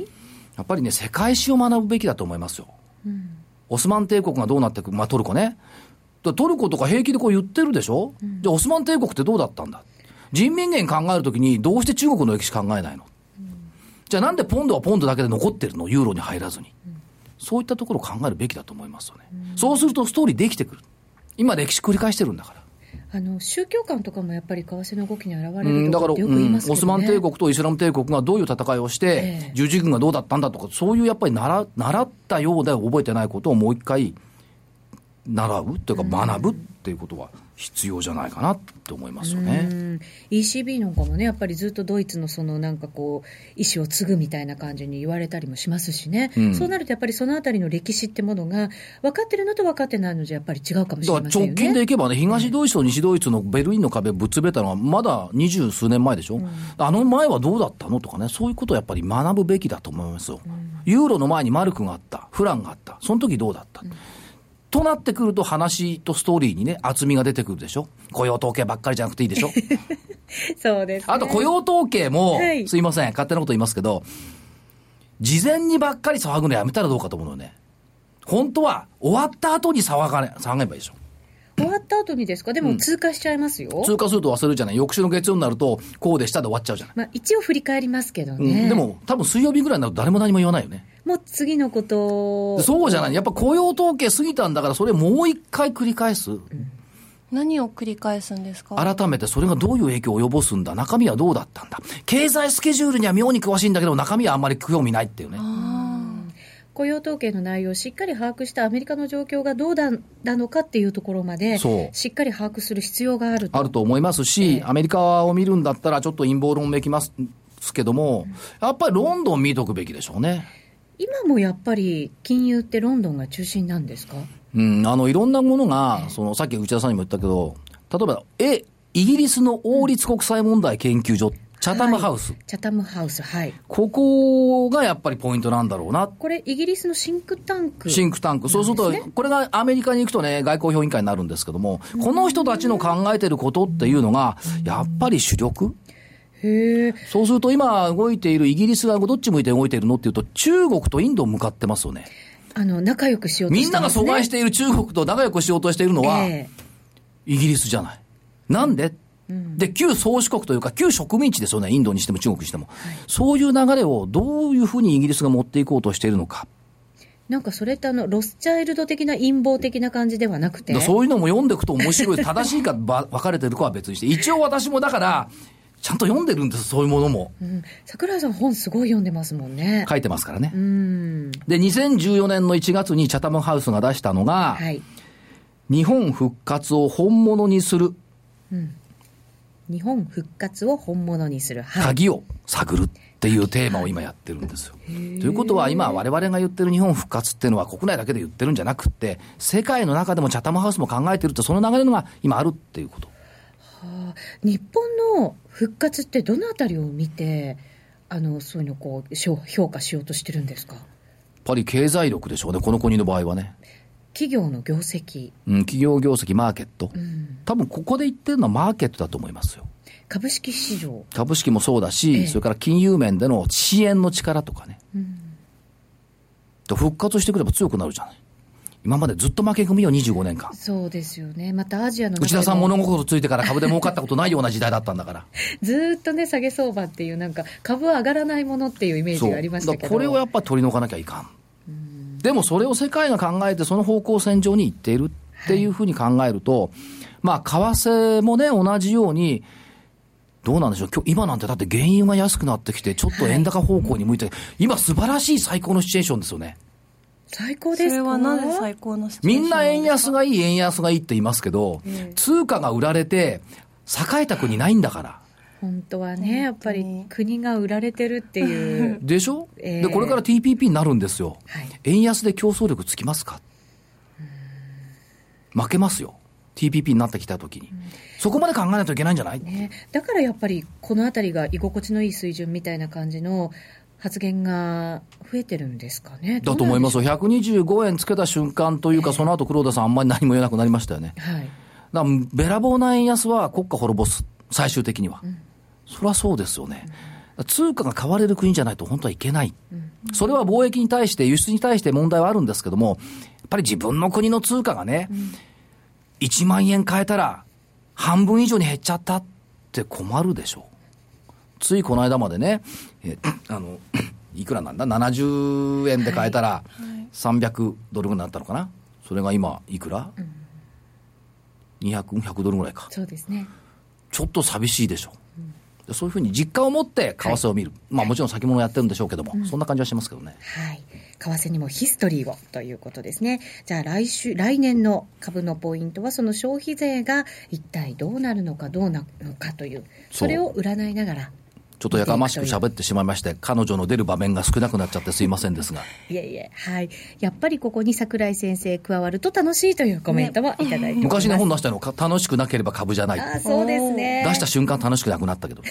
B: やっぱりね、世界史を学ぶべきだと思いますよ。オスマン帝国がどうなっていく、まあ、トルコね。だトルコとか平気でこう言ってるでしょ、じゃあオスマン帝国ってどうだったんだ人民元考えるときにどうして中国の歴史考えないの、じゃあなんでポンドはポンドだけで残ってるのユーロに入らずに。そういったところを考えるべきだと思いますよね。そうするとストーリーできてくる。今歴史繰り返してるんだから。
A: あの宗教観とかもやっぱり為替の動きに現れ
B: うん
A: る
B: だ
A: とからっ
B: か、
A: てよく言います
B: う
A: けど、ね
B: んオスマン帝国とイスラム帝国がどういう戦いをして、
A: え
B: 十字軍がどうだったんだとか、そういうやっぱり習習ったようで覚えてないことをもう一回、習うというか、学ぶっていうことは必要じゃないかなって思いますよね。
A: うん、ECB なんかもね、やっぱりずっとドイツのそのなんかこう、意思を継ぐみたいな感じに言われたりもしますしね、
B: ん
A: そうなるとやっぱりそのあたりの歴史ってものが、分かってるのと分かってないのじゃ、やっぱり違うかもし
B: だ
A: れ
B: から
A: ませんよ
B: 直近で
A: ね。
B: いけばね、東ドイツと西ドイツのベルリンの壁ぶっ潰れたのは、まだ二十数年前でしょ、あの前はどうだったのとかね、そういうことをやっぱり学ぶべきだと思いますよ、ユーロの前にマルクがあった、フランがあった、その時どうだった、となってくると、話とストーリーにね、厚みが出てくるでしょ、雇用統計ばっかりじゃなくていい でしょ、
A: そうです、ね。
B: あと雇用統計も、
A: はい
B: すいません、勝手なこと言いますけど、事前にばっかり騒ぐのやめたらどうかと思うのよね。本当は終わった後に騒が、ね、騒げばいいでしょ。
A: 終わった後にですか、でも通過しちゃいますよ。
B: 通過すると忘れるじゃない翌週の月曜になるとこうでしたで終わっちゃうじゃない、
A: まあ、一応振り返りますけど
B: うん
A: ね、
B: でも多分水曜日ぐらいになると誰も何も言わないよね
A: もう次のことを
B: そうじゃないやっぱ雇用統計過ぎたんだからそれもう一回繰り返す、
C: 何を繰り返すんですか
B: 改めてそれがどういう影響を及ぼすんだ中身はどうだったんだ経済スケジュールには妙に詳しいんだけど中身はあんまり興味ないっていうね
A: 雇用統計の内容をしっかり把握したアメリカの状況がどうだなのかっていうところまで、
B: そう
A: しっかり把握する必要があると。
B: あると思いますし、
A: ええ
B: アメリカを見るんだったらちょっと陰謀論めきますけども、やっぱりロンドン見とくべきでしょうね
A: 今もやっぱり金融ってロンドンが中心なんですか
B: うん、あのいろんなものが、そのさっき内田さんにも言ったけど、例えば、え、イギリスの王立国際問題研究所、チャタムハウス、
A: はいチャタムハウス、はい。
B: ここがやっぱりポイントなんだろうな
A: これ、イギリスのシンクタンク。
B: シンクタンク、そうする
A: な
B: と
A: んですね、
B: これがアメリカに行くとね、外交評議会になるんですけども、この人たちの考えてることっていうのが、やっぱり主力
A: へえ。
B: そうすると今動いているイギリスがどっち向いて動いているのっていうと、中国とインド向かってますよね。
A: あの、仲良くしようと
B: み
A: し
B: ん
A: て
B: なが
A: ます
B: 阻
A: ね
B: 害している中国と仲良くしようとしているのは、
A: え
B: イギリスじゃない。なんで、で、旧宗主国というか、旧植民地ですよね、インドにしても中国にしても。そういう流れをどういうふうにイギリスが持っていこうとしているのか。
A: えなんかそれってあの、ロスチャイルド的な陰謀的な感じではなくて。
B: だからそういうのも読んでいくと面白い、正しいかば分かれてるかは別にして、一応私もだから、ちゃんと読んでるんです、そういうものも。
A: うん桜井さん本すごい読んでますもんね。
B: 書いてますからね。
A: うん。
B: で、2014年の1月にチャタムハウスが出したのが、
A: はい。
B: 日本復活を本物にする
A: 日本復活を本物にする。はい。
B: 鍵を探るっていうテーマを今やってるんですよ。ということは今我々が言ってる日本復活っていうのは国内だけで言ってるんじゃなくって、世界の中でもチャタムハウスも考えてるってその流れのが今あるっていうこと。
A: あー日本の復活ってどのあたりを見て、あの、そういうのをこう、しょ評価しようとしてるんですか
B: やっぱり経済力でしょうね、この国の場合はね。
A: 企業の業績、
B: うん、企業業績、マーケット。
A: うん、
B: 多分ここで言ってるのはマーケットだと思いますよ。
A: 株式市場、
B: 株式もそうだし、
A: ええ
B: それから金融面での支援の力とかね。
A: うん、
B: と復活してくれば強くなるじゃない。今までずっと負け組よ、25年間。
A: そうですよね、またアジアの中
B: 内
A: でも
B: 田さん物心ついてから株で儲かったことないような時代だったんだから。
A: ずーっとね、下げ相場っていう、なんか株は上がらないものっていうイメージがありました
B: だか
A: け
B: ら
A: ど、
B: これをやっぱり取り除かなきゃいかん。でもそれを世界が考えてその方向線上に行っているっていうふうに考えると、まあ為替もね同じようにどうなんでしょう今日今なんてだって原油が安くなってきてちょっと円高方向に向いて、今素晴らしい最高のシチュエーションですよね
A: 最高
C: そ
A: ですか
C: れはなぜ最高のシチュエー
B: み
C: ション
B: んな円安
C: が
B: がいい円安がいいって言いますけど、通貨が売られて栄えた国ないんだから
A: 本当はね、やっぱ
C: 本当
A: り
C: に
A: 国が売られてるって いう、
B: でしょ、
A: ええ
B: でこれから TPP になるんですよ、
A: はい
B: 円安で競争力つきますか負けますよ TPP になってきた時に、そこまで考えないといけないんじゃない、
A: ね、だからやっぱり、このあたりが居心地のいい水準みたいな感じの発言が増えてるんですかね、。
B: だと思いますすよ125円つけた瞬間というか、その後黒田さんあんまり何も言えなくなりましたよね
A: はい
B: だからべらぼうな円安は国家滅ぼす最終的には、そりゃそうですよね、通貨が買われる国じゃないと本当はいけない、それは貿易に対して輸出に対して問題はあるんですけどもやっぱり自分の国の通貨がね、1万円買えたら半分以上に減っちゃったって困るでしょついこの間までねえあの いくらなんだ70円で買えたら300ドルぐらいになったのかなそれが今いくら、200、100ドルぐらいか。
A: そうですね
B: ちょっと寂しいでしょう。そういうふうに実感を持って為替を見る。まあもちろん先物やってるんでしょうけども、そんな感じはしますけどね。
A: はい。為替にもヒストリーをということですね。じゃあ来週、来年の株のポイントはその消費税が一体どうなるのかどうなるのかという、
B: そ
A: そうれを占いながら。
B: ちょっとやかましく喋ってしまいまして、彼女の出る場面が少なくなっちゃってすいませんですが。
A: いえいえ、はい。やっぱりここに桜井先生加わると楽しいというコメントもいただいております。
B: 昔ね、本出したの、か楽しくなければ株じゃない。
A: ああ、そうですね。
B: 出した瞬間楽しくなくなったけど。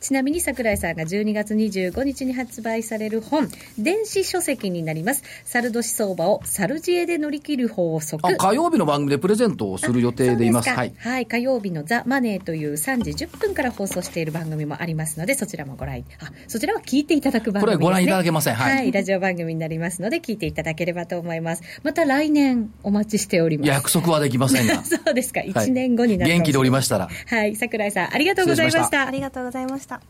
A: ちなみに桜井さんが12月25日に発売される本、電子書籍になります。猿年相場をサルジエで乗り切る法則。
B: あ、火曜日の番組でプレゼントをする予定でいます。
A: そう
B: は
A: で
B: い
A: か。はい、火曜日のザ・マネーという3時10分から放送している番組もありますので、そちらもご覧い、あ、そちらは聞いていただく番組です、ね。
B: これはご覧いただけません
A: は。
B: はいい
A: ラジオ番組になりますので、聞いていただければと思います。また来年お待ちしておりま
B: い
A: す。。
B: や約束はできませんが
A: そうですか、
B: はい
A: 1年後になるか
B: 元
A: もしれ
B: 気で
A: ない
B: おりましたら。
A: はい、桜井さん、ありがとうございました。
B: 失礼しま
C: ありがとうございました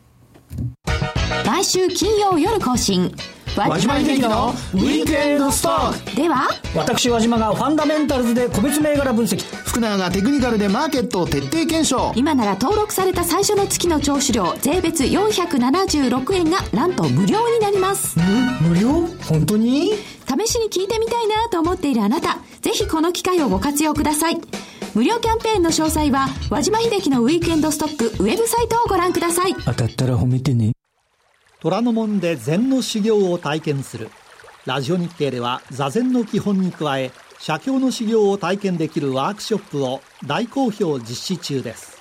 D: 毎週金曜夜更新
E: 輪島秀樹のウィークエンドストック
D: では
F: 私輪島がファンダメンタルズで個別銘柄分析
E: 福永がテクニカルでマーケットを徹底検証
D: 今なら登録された最初の月の聴取料税別476円がなんと無料になります
F: 無料本当に
D: 試しに聞いてみたいなと思っているあなたぜひこの機会をご活用ください無料キャンペーンの詳細は和島秀樹のウィークエンドストックウェブサイトをご覧ください
F: 当たったら褒めてね
G: 虎ノ門で禅の修行を体験するラジオ日経では座禅の基本に加え写経の修行を体験できるワークショップを大好評実施中です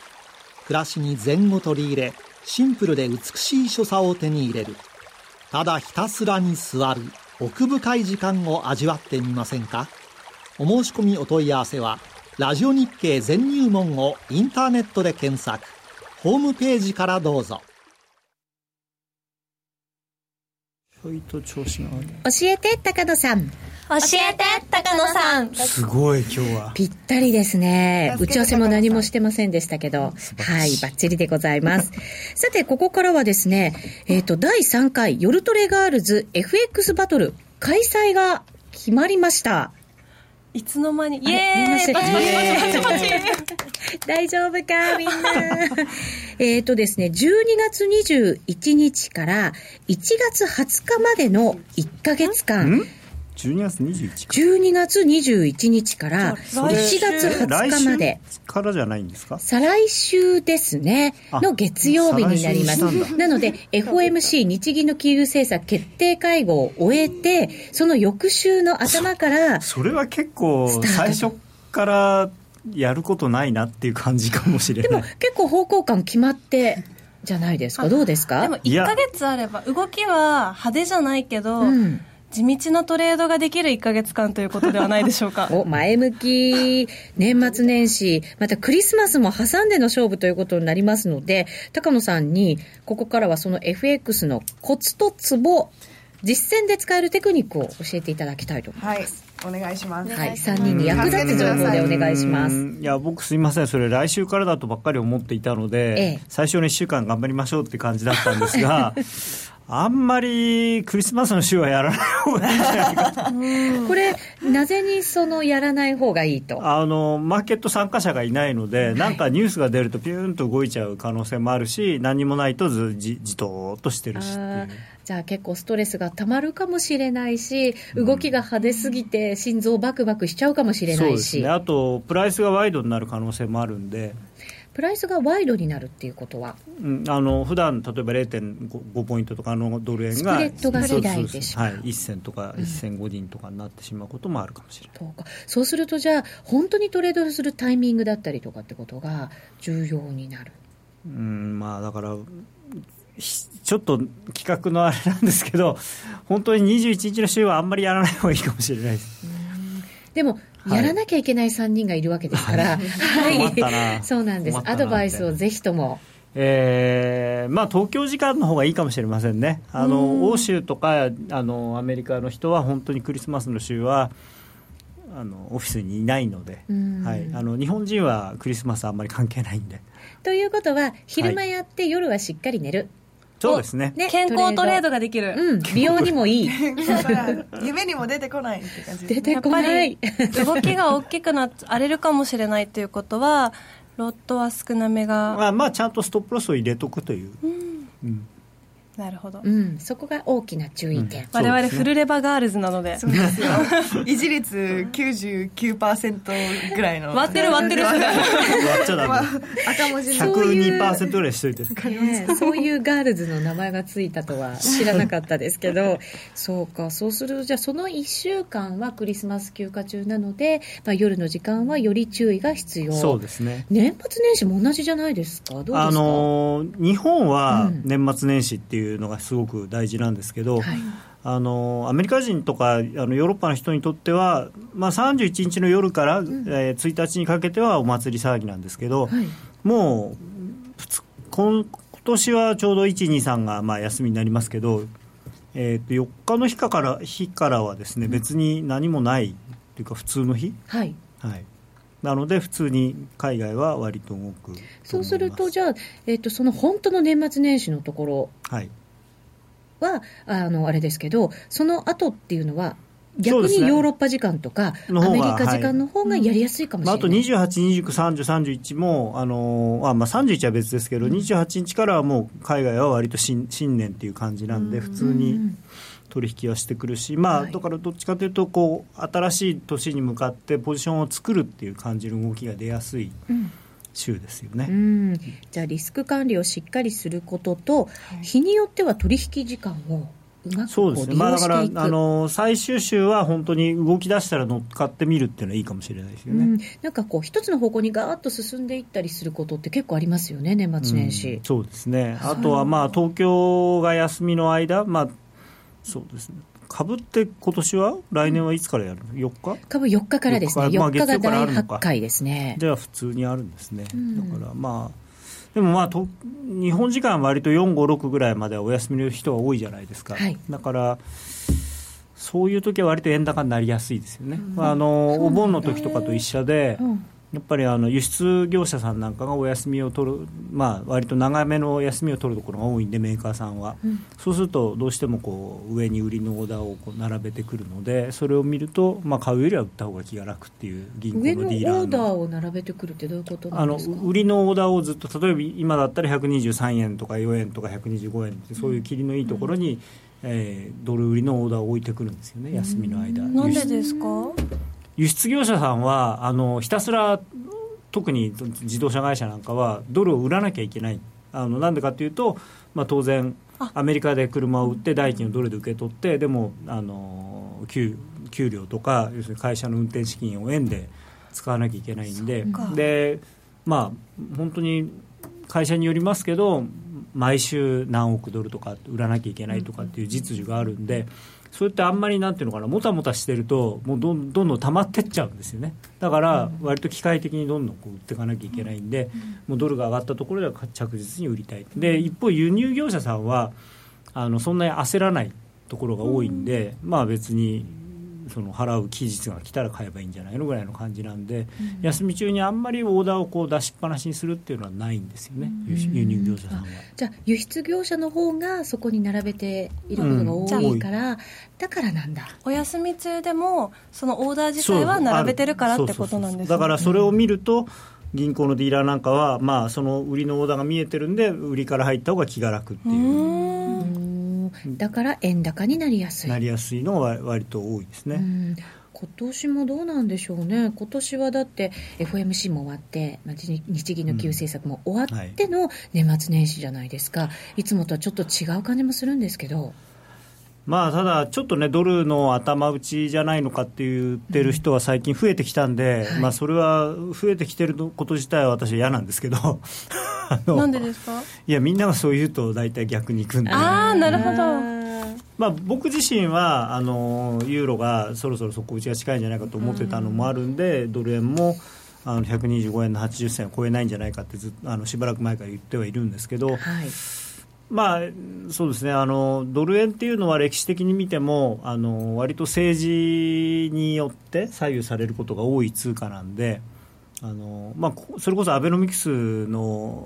G: 暮らしに禅を取り入れシンプルで美しい所作を手に入れるただひたすらに座る奥深い時間を味わってみませんかお申し込みお問い合わせはラジオ日経全入門をインターネットで検索ホームページからどうぞ
H: 意外と調子が悪い
A: 教えて高野さん
I: 教えて高野さん
H: すごい今日は
A: ぴったりですね。打ち合わせも何もしてませんでしたけど、はい、バッチリでございます。 さて、ここからはですね、えっ、と、第3回夜トレガールズ FX バトル開催が決まりました。
C: いつの間に
A: あ
C: イ
A: れみん
C: エ
A: な
C: ー
A: せ
C: イパチパチパチパチパチ
A: 大丈夫かみんな。 えっとですね、12月21日から1月20日までの1ヶ月間、
H: 12月21日
A: 12月21日から1月20日まで。
H: からじゃないんですか
A: 再来週ですね、
H: あ
A: の月曜日になります
H: 再来週にし。たん
A: なので、FOMC 日銀の金融政策決定会合を終えて、その翌週の頭から、
H: それは結構
A: タート
H: 最初からやることないなっていう感じかもしれ
A: でも
H: ない
A: 結構方向感決まって、じゃないですか。どうです
C: で
A: か
C: も
H: い
C: 1
H: や
C: ヶ月あれば動きは派手じゃないけど、
A: うん
C: 地道なトレードができる1ヶ月間ということではないでしょうか
A: お、前向き、年末年始、またクリスマスも挟んでの勝負ということになりますので、高野さんに、ここからはその FX のコツとツボ、実践で使えるテクニックを教えていただきたいと思います。
J: はいお願いします
A: はい、3人に役立つ情報でお願いしま
H: う
A: す。
H: んいや僕すいませんそれ来週からだとばっかり思っていたので、
A: ええ
H: 最初の1週間頑張りましょうって感じだったんで すがあんまりクリスマスの週はやらない方がいいんじゃないかと
A: これ、なぜにそのやらない方がいいと。
H: あのマーケット参加者がいないので、なんかニュースが出るとピューンと動いちゃう可能性もあるし何もないとずじじとーっとしてるしっていう
A: あーじゃあ結構ストレスがたまるかもしれないし、動きが派手すぎて心臓バクバクしちゃうかもしれな
H: そう
A: い
H: です
A: し、
H: ねあとプライスがワイドになる可能性もあるんで、
A: プライスがワイドになるっていうことは、
H: うん、あの普段例えば0.5ポイントとかのドル円が
A: スプレッドが
H: そ
A: 肥
H: う
A: 大
H: そう
A: でし
H: す
A: まう
H: はい、1銭とか1005人とかになってしまうこともあるかもしれない、
A: そうかそうするとじゃあ、本当にトレードするタイミングだったりとかってことが重要になる。
H: うんまあ、だからひちょっと企画のあれなんですけど本当に21日の週はあんまりやらない方がいいかもしれないです
A: でも、
H: はい
A: やらなきゃいけない3人がいるわけですから、はい、
H: 困った な
A: そうなんです
H: 困っ。たな
A: アドバイスをぜひとも。
H: えーまあ、東京時間の方がいいかもしれませんね、あの欧州とかあのアメリカの人は本当にクリスマスの週はあのオフィスにいないので、
A: うん
H: はい、あの日本人はクリスマスあんまり関係ないんで、
A: ということは昼間やって夜はしっかり寝る、
H: そうですね、
A: ね
C: 健康トレードができる、
A: うん美容にもい い
J: だから夢にも出てこないって感じです
A: 出
J: ね
A: て
C: やっ
A: こ
C: ぱ
A: な
C: り
A: い
C: 動きが大きくな荒れるかもしれないということはロットは少なめが
H: まあまあ、ちゃんとストップロスを入れとくという、うん
C: なるほど、
A: うんそこが大きな注意点、
H: そう
C: 我
H: です
C: 々
H: ね
C: フルレバガールズなので
J: そうですよ維持率99%ぐ らいの
C: 割 ってる割ってるそれ
H: 割っちゃ
J: ま
H: ダ
J: あ
H: メ
J: 赤文字の
H: 102%ぐらいしといて
A: ねえそういうガールズの名前がついたとは知らなかったですけど そうかそうするとじゃあその1週間はクリスマス休暇中なので、まあ、夜の時間はより注意が必要
H: そうですね
A: 年末年始も同じじゃないですかどうですか、
H: あのー日本は
A: うん
H: 年末年始っていうのがすごく大事なんですけど、
A: はい
H: あのーアメリカ人とかあのヨーロッパの人にとっては、まあ、31日の夜から、えー1日にかけてはお祭り騒ぎなんですけど、
A: はい
H: もうふつこん今年はちょうど123がまあ休みになりますけど、えー、と4日の日かから日からはですね別に何もないというか普通の日、
A: はい、
H: はい、なので普通に海外は割と動く
A: そうするとじ
H: ゃ
A: ゃあ、えっとその本当の年末年始のところ
H: はい
A: はあのあれですけど、その後っていうのは、
H: そう
A: 逆
H: です
A: に
H: ね
A: ヨーロッパ時間とか、
H: の
A: ア
H: 方
A: メリ
H: が
A: カ時間の方がやりやすいかもし
H: まあ、
A: れ
H: あと
A: ない、
H: 28、29、30、31も、あのーあまあ、31は別ですけど、28日からはもう海外は割と新新年っていう感じなんで、普通
A: う
H: に
A: ん
H: 取引はしてくるし、まあ、だからどっちかというとこう、新しい年に向かってポジションを作るっていう感じの動きが出やすい週ですよね。
A: うん、じゃあ、リスク管理をしっかりすることと、日によっては取引時間をうまくこ
H: そう
A: う
H: ですね、
A: 利
H: まあ、
A: 用
H: だ
A: し
H: か
A: て
H: ら
A: いく、
H: あの最終週は本当に動き出したら乗っかってみるっていうのはいいかもしれないですよね。
A: うん、なんかこう一つの方向にガーッと進んでいったりすることって結構ありますよね年末年始、
H: うんそうですね、あとはまあ東京が休みの間、まあ、そうですね、かぶって今年は、来年はいつからやるの、4日
A: 株4日からですね、
H: 四
A: 4
H: 日
A: 日
H: からま
A: が
H: あ月曜からあ
A: 第
H: るのか
A: 8回ですね。
H: では普通にあるんですね、
A: うん
H: だからまあ、でもまあと、日本時間、割と4、5、6ぐらいまではお休みの人は多いじゃないですか、
A: はい
H: だから、そういう時は割と円高になりやすいですよね、あのお盆の時とかと一緒で、
A: うん
H: やっぱりあの輸出業者さんなんかがお休みを取る、まあ割と長めのお休みを取るところが多いんで、メーカーさんは。
A: うん
H: そうすると、どうしてもこう上に売りのオーダーをこう並べてくるので、それを見ると、まあ、買うよりは売った方が気が楽っていう銀行の
A: 上
H: デ
A: のオ
H: ィーラーの
A: ーダーを並べてくるってどういうことな
H: あ
A: ん
H: の
A: ですか
H: 売りのオーダーをずっと例えば今だったら123円とか4円とか125円ってそういう切りのいいところに、えードル売りのオーダーを置いてくるんですよね休みの 間
C: なん
H: 輸
C: で
H: 出
C: ですか
H: 輸出業者さんはあのひたすら特に自動車会社なんかはドルを売らなきゃいけないあのなんでかというと、まあ、当然アメリカで車を売って代金をドルで受け取ってでもあの給給料とか要するに会社の運転資金を円で使わなきゃいけないんで
C: っか
H: で、まあ、本当に会社によりますけど毎週何億ドルとか売らなきゃいけないとかっていう実需があるんで。それってあんまりなんていうのかなもたもたしてるともうどんどんどん溜まってっちゃうんですよねだから割と機械的にどんどんこう売っていかなきゃいけないんで、もうドルが上がったところでは着実に売りたいで一方輸入業者さんはあのそんなに焦らないところが多いんで、まあ別にその払う期日が来たら買えばいいんじゃないのぐらいの感じなんで、休み中にあんまりオーダーをこう出しっぱなしにするっていうのはないんですよね、輸輸入業者さんは。
A: じゃあ輸出業者の方がそこに並べていることが多いから、だからなんだ
C: お休み中でもそのオーダー自体は並べてるからってことなんですね
H: そうそうそうそうだからそれを見ると銀行のディーラーなんかは、まあ、その売りのオーダーが見えてるんで売りから入った方が気が楽って
C: う
H: いう、
A: う
C: ー
A: んーんだから円高になりやすい
H: なりやすいのが割割と多いです
A: う
H: ね、
A: ん今年もどうなんでしょうね、今年はだって FMC も終わって、まあ日日銀の給付政策も終わっての年末年始じゃないですか、い、つもとはちょっと違う感じもするんですけど、
H: まあ、ただ、ちょっとねドルの頭打ちじゃないのかって言ってる人は最近増えてきたんで、
A: はい
H: まあ、それは増えてきてること自体は私は嫌なんですけど あの
C: なんでですか
H: いやみんながそう言うと大体逆にいくんで。
C: ああなるほ
A: あ
C: ど
H: まあ、僕自身はあのユーロがそろそろ底打ちが近いんじゃないかと思ってたのもあるんで、ドル円もあの125円の80銭を超えないんじゃないかってずっとあのしばらく前から言ってはいるんですけど、
A: はい、
H: まあ、そうですねあのドル円っていうのは歴史的に見てもあの割と政治によって左右されることが多い通貨なんであの、まあ、こそれこそアベノミクスの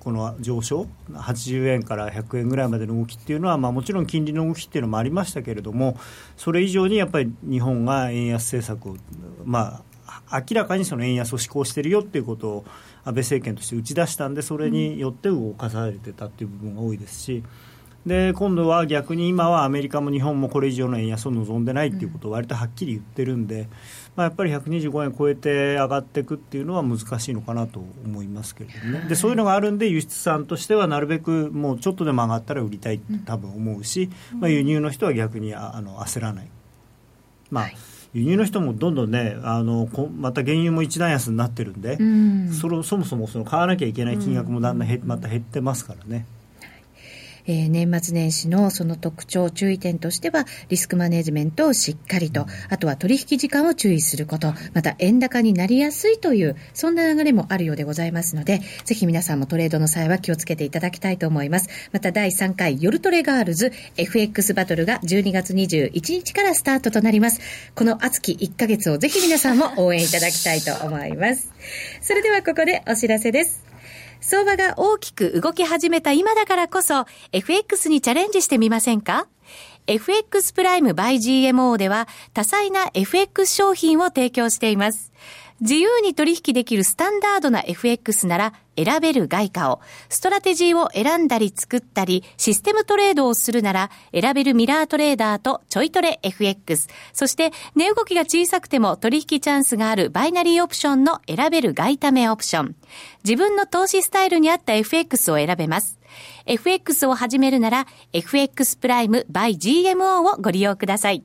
H: この上昇80円から100円ぐらいまでの動きっていうのは、まあ、もちろん金利の動きっていうのもありましたけれどもそれ以上にやっぱり日本が円安政策を、まあ、明らかにその円安を施行しているよっていうことを安倍政権として打ち出したんでそれによって動かされてたっていう部分が多いですし。で今度は逆に今はアメリカも日本もこれ以上の円安を望んでないっていうことを割とはっきり言ってるんで、まあ、やっぱり125円超えて上がっていくっていうのは難しいのかなと思いますけれどもねでそういうのがあるんで輸出さんとしてはなるべくもうちょっとでも上がったら売りたいって多分思うし、まあ、輸入の人は逆にああの焦らない。まあ輸入の人もどんどんねあのこまた原油も一段安になってるんで、
A: うん
H: それそもそもその買わなきゃいけない金額もだんだん減また減ってますからね。
A: えー年末年始のその特徴、注意点としては、リスクマネジメントをしっかりと、あとは取引時間を注意すること、また円高になりやすいという、そんな流れもあるようでございますので、ぜひ皆さんもトレードの際は気をつけていただきたいと思います。また第3回夜トレガールズ FX バトルが12月21日からスタートとなります。この熱き1ヶ月をぜひ皆さんも応援いただきたいと思います。それではここでお知らせです。相場が大きく動き始めた今だからこそ、FX にチャレンジしてみませんか ?FX プライム by GMO では、多彩な FX 商品を提供しています。自由に取引できるスタンダードな FX なら、選べる外貨を、ストラテジーを選んだり作ったり、システムトレードをするなら、選べるミラートレーダーとちょいトレ FX、そして値動きが小さくても取引チャンスがあるバイナリーオプションの選べる外為オプション。自分の投資スタイルに合った FX を選べます。
K: FX を始めるなら FX プライム by GMO をご利用ください。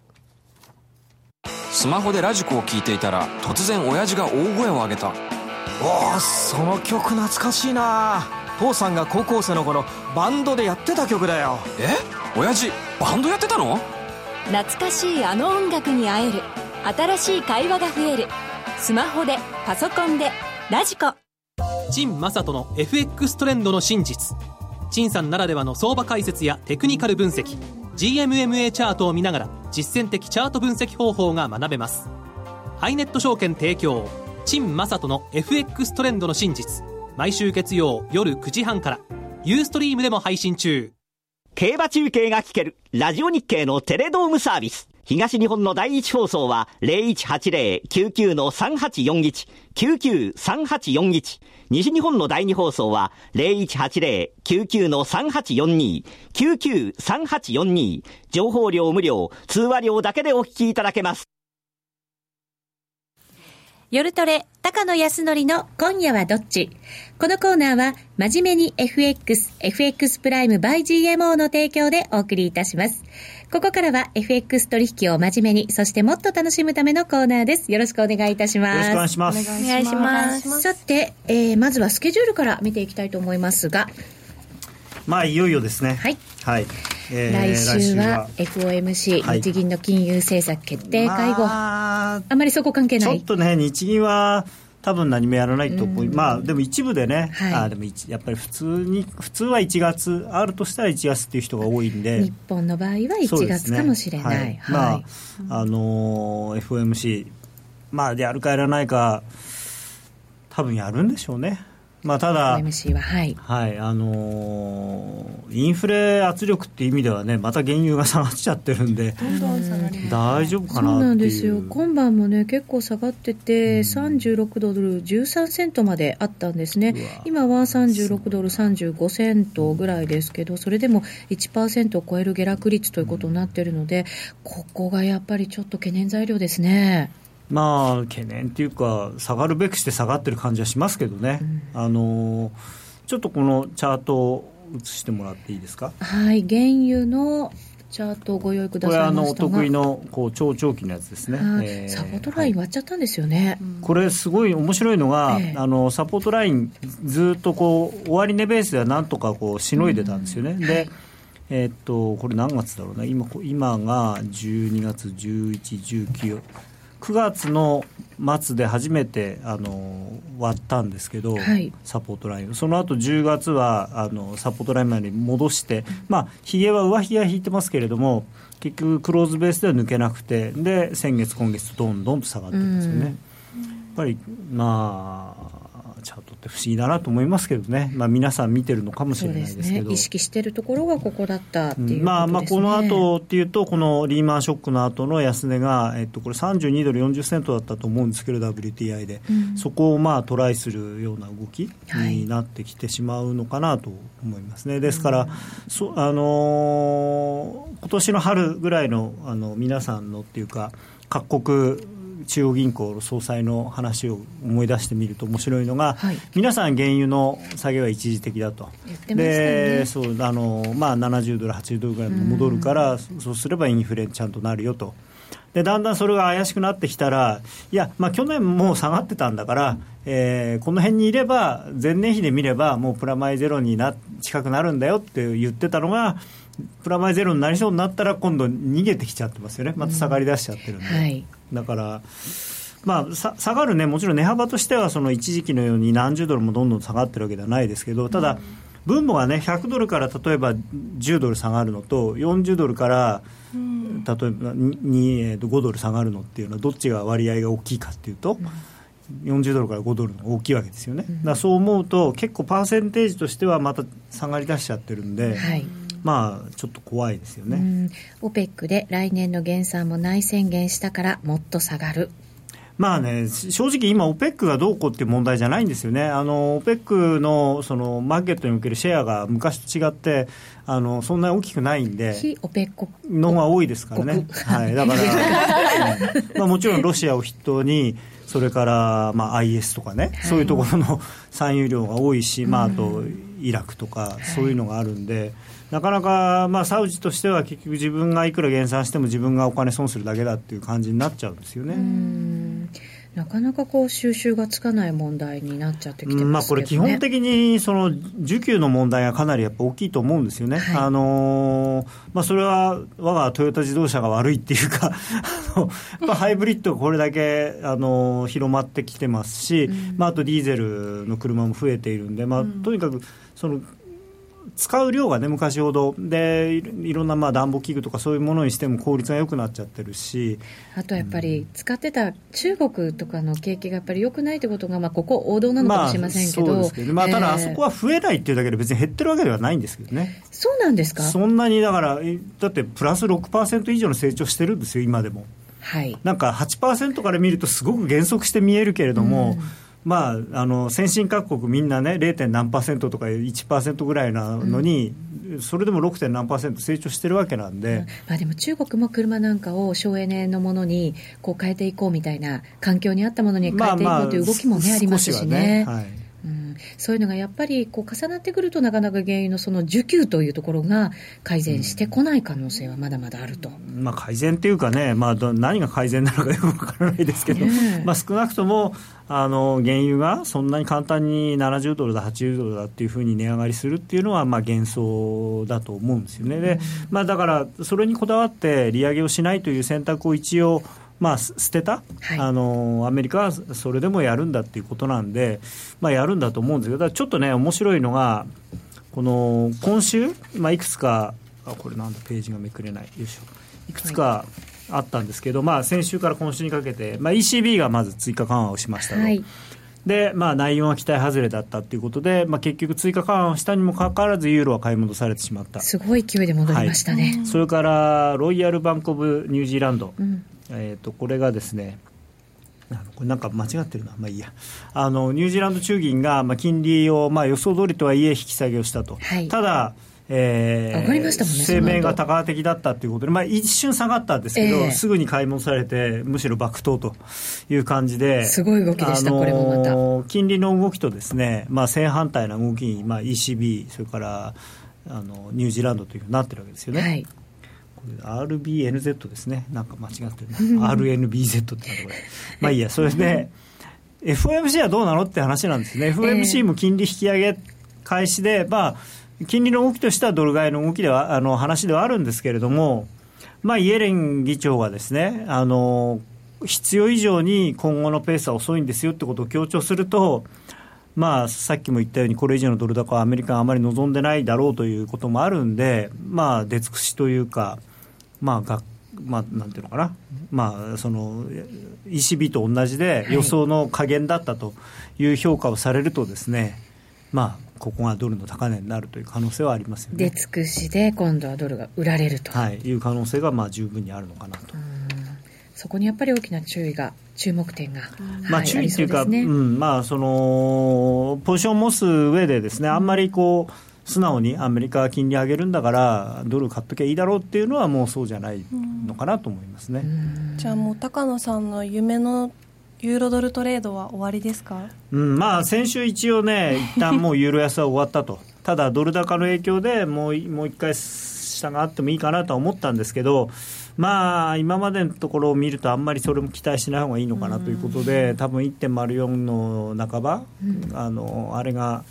L: スマホでラジコを聴いていたら突然親父が大声を上げた
M: おおその曲懐かしいな父さんが高校生の頃バンドでやってた曲だよ
L: え親父バンドやってたの
N: 懐かしいあの音楽に会える新しい会話が増えるスマホでパソコンでラジコ
O: 陳正人の FX トレンドの真実陳さんならではの相場解説やテクニカル分析 GMMA チャートを見ながら実践的チャート分析方法が学べますハイネット証券提供陳正人の FX トレンドの真実毎週月曜夜9時半からユーストリームでも配信中
P: 競馬中継が聞けるラジオ日経のテレドームサービス東日本の第一放送は0180-99の3841、99-3841。西日本の第二放送は0180-99の3842、99-3842。情報量無料、通話料だけでお聞きいただけます。
K: 夜トレ、高野康則の今夜はどっちこのコーナーは、真面目に FX、FX プライム by GMO の提供でお送りいたします。ここからは FX 取引を真面目に、そしてもっと楽しむためのコーナーです。よろしくお願いいたします。よろしくお願いします。
A: お願いします。さて、えー、まずはスケジュールから見ていきたいと思いますが。
H: まあ、いよいよですね。
A: はい。
H: はい。
A: 来週は FOMC、はい、日銀の金融政策決定会合、まあ、あまりそこ関係ない
H: ちょっとね、日銀は多分何もやらないと思い、まあ、でも一部でね、はい、あでもやっぱり普通に普通は1月、あるとしたら1月っていう人が多いんで、
A: 日本の場合は1月かもしれない、ね
H: はい、まあ、あのー、FOMC、まあ、やるかやらないか、多分やるんでしょうね。まあ、ただ、
A: MC は、はい、
H: はい、あのー、インフレ圧力っていう意味ではね、また原油が下がっちゃってるんで、ん大丈夫かな
A: そうなんですよ、今晩もね、結構下がってて、うん、36ドル13セントまであったんですね、今は36ドル35セントぐらいですけど、それでも1%を超える下落率ということになってるので、ここがやっぱりちょっと懸念材料ですね。
H: まあ、懸念というか、下がるべくして下がってる感じはしますけどね、うん、あのちょっとこのチャートを映してもらっていいですか。
A: はい原油のチャートをご用意くださいこれあ
H: のお得意のこう超長期のやつですね、
A: えー、サポートライン割っちゃったんですよね、
H: はい、これすごい面白いのが、えー、あのサポートラインずっとこう終値ベースではなんとかこうしのいでたんですよね、うん、で、はいえっとこれ何月だろうな今今が12月11、19 9月の末で初めてあの割ったんですけど、はい、サポートラインその後10月はあのサポートラインまで戻して、まあ、ひげは上ひげは引いてますけれども結局クローズベースでは抜けなくてで先月今月とどんどんと下がってるんですよね。やっぱりまあチャートって不思議だなと思いますけどね、まあ、皆さん見てるのかもしれないですけど、
A: ね、意識してるところがここだったっていう、ねうん、
H: まあ、まあこの後っていうとこのリーマンショックの後の安値が、えっと、これ32ドル40セントだったと思うんですけど WTI で、うん、そこをまあトライするような動きになってきてしまうのかなと思いますね、はい、ですから、うん、そあのー、今年の春ぐらいのあの皆さんのっていうか各国中央銀行総裁の話を思い出してみると面白いのが、はい、皆さん原油の下げは一時的だと、
A: ね、で
H: そうあの、まあ、70ドル80ドルぐらい戻るからそうすればインフレちゃんとなるよと。でだんだんそれが怪しくなってきたら、いや、まあ、去年もう下がってたんだから、えー、この辺にいれば、前年比で見れば、もうプラマイゼロにな近くなるんだよって言ってたのが、プラマイゼロになりそうになったら、今度、逃げてきちゃってますよね、また下がりだしちゃってるんで、うんはい、だから、まあ、下がるね、もちろん値幅としては、その一時期のように何十ドルもどんどん下がってるわけではないですけど、ただ、分母がね、100ドルから例えば10ドル下がるのと、40ドルから例えば5ドル下がるのっていうのは、どっちが割合が大きいかっていうと。40ドルから5ドルの大きいわけですよね、だそう思うと結構パーセンテージとしてはまた下がりだしちゃってるんで、はいまあちょっと怖いですよ
A: う
H: ね。
A: ん、OPEC で来年の減産もない宣言したからもっと下がる。
H: まあね、正直今、OPEC がどうこうっていう問題じゃないんですよね、あの OPEC のそのマーケットにおけるシェアが昔と違って、あのそんなに大きくないんで、
A: 非 OPEC
H: の方が多いですからね、はい、だ から、うんまあ、もちろんロシアを筆頭に、それから、まあ、IS とかね、そういうところの 産油量が多いし、まあ、あとイラクとか、そういうのがあるんで、なかなか、まあ、サウジとしては結局、自分がいくら減産しても、自分がお金損するだけだっていう感じになっちゃうんですよね。
A: なかなかこう収集がつかない問題になっちゃってきて
H: ま
A: ま
H: あ、
A: す
H: こ
A: けどね。
H: れ、基本的にその需給の問題がかなりやっぱ大きいと思うんですよね、あのーまあ、それは我がトヨタ自動車が悪いっていうか、 あのやっぱハイブリッドがこれだけ、あのー広まってきてますし、まあ、あとディーゼルの車も増えているんで、まあ、とにかくその使う量がね、昔ほど、でいろいろんなまあ暖房器具とかそういうものにしても効率が良くなっちゃってるし。
A: あとやっぱり使ってた中国とかの景気がやっぱり良くないってことが、まあ、ここ王道なのかもしれませんけど、
H: まあ、そうですけど、まあ、ただ、あそこ
A: は
H: は増えないっていうだけで、別に減ってるわけではないんですけどね、
A: そうなんですか
H: そんなにだから、えだってプラス6%以上の成長してるんですよ、今でも。
A: はい、
H: なんか8%から見ると、すごく減速して見えるけれども、まあ、あの先進各国、みんなね、0. 何パーセントとか1%ぐらいなのに、それでも 6. 何パーセント成長してるわけなんで。
A: まあ、でも中国も車なんかを省エネのものにこう変えていこうみたいな、環境に合ったものに変えていこうという動きも、ねありますしね。
H: 少ははい
A: そういうのがやっぱりこう重なってくると、なかなか原油のその需給というところが改善してこない可能性はまだまだあると。
H: まあ、改善っていうかね、まあ、ど何が改善なのかよくわからないですけど、まあ、少なくともあの原油がそんなに簡単に70ドルだ、80ドルだっていうふうに値上がりするっていうのは、まあ、幻想だと思うんですよね、でまあ、だから、それにこだわって利上げをしないという選択を一応、まあ、す捨てた、あの、アメリカはそれでもやるんだっていうことなんで、まあ、やるんだと思うんですけど、ただちょっとね、面白いのが、この今週、まあ、いくつか、あこれなんだ、ページがめくれない、よいしょ、いくつかあったんですけど、まあ、先週から今週にかけて、まあ、ECB がまず追加緩和をしましたと。
A: はい
H: でまあ、内容は期待外れだったということで、まあ、結局、追加緩和をしたにもかかわらず、ユーロは買い戻されてしまった、
A: すごい勢いで戻りましたね。
H: はいそれからロイヤル・バンコブ・ニュージーランド、
A: うん
H: えー、とこれがですね、あのこれなんか間違ってるな、まあいいや、あのニュージーランド中銀が、まあ、金利を、まあ、予想通りとはいえ引き下げをしたと、ただ、えー
A: 上がりましたもんねその
H: 声
A: 後
H: 明が高波的だったということで、まあ、一瞬下がったんですけど、
A: ええ
H: すぐに買い戻されて、むしろ爆投という感じで、
A: すごい動きでしたこれもまた
H: 金利の動きとですね、まあ、正反対な動きに、まあ、ECB、それからあのニュージーランドというふうになってるわけですよね。これ RBNZ ですね、なんか間違ってるな、RNBZ ってなんだこれ、まあいいや、それで、FOMC はどうなのって話なんですね、FOMC も金利引き上げ開始で、まあ、金利の動きとしてはドル買いの動きでは、あの話ではあるんですけれども、まあ、イエレン議長がですね、あの必要以上に今後のペースは遅いんですよってことを強調すると、まあ、さっきも言ったように、これ以上のドル高はアメリカがあまり望んでないだろうということもあるんで、まあ、出尽くしというか、まあ、がまあ、なんていうのかな、まあ、その ECB と同じで
Q: はい
H: 予想の加減だったという評価をされるとですね、まあ、ここがドルの高値になるという可能性はありますよ
A: 出
H: ね。
A: 尽くしで今度はドルが売られると、
H: はい、いう可能性がまあ十分にあるのかなと。
A: そこにやっぱり大きな注意が注目点が、は
H: まあ、注意というか、
A: ありそうですね
H: うんまあ、そのポジションを持つ上でですね、あんまりこう素直にアメリカは金利上げるんだから、ドル買っときゃいいだろうっていうのは、もうそうじゃないのかなと思いますね。
C: じゃあもう高野さんの夢のユーロドルトレードは終わりですか
H: うんまあ、先週、一応ね、一旦もうユーロ安は終わったと、ただドル高の影響でもういもう一回下があってもいいかなとは思ったんですけど、まあ、今までのところを見ると、あんまりそれも期待しない方がいいのかなということで、多分1.04の半ば、あのあれが、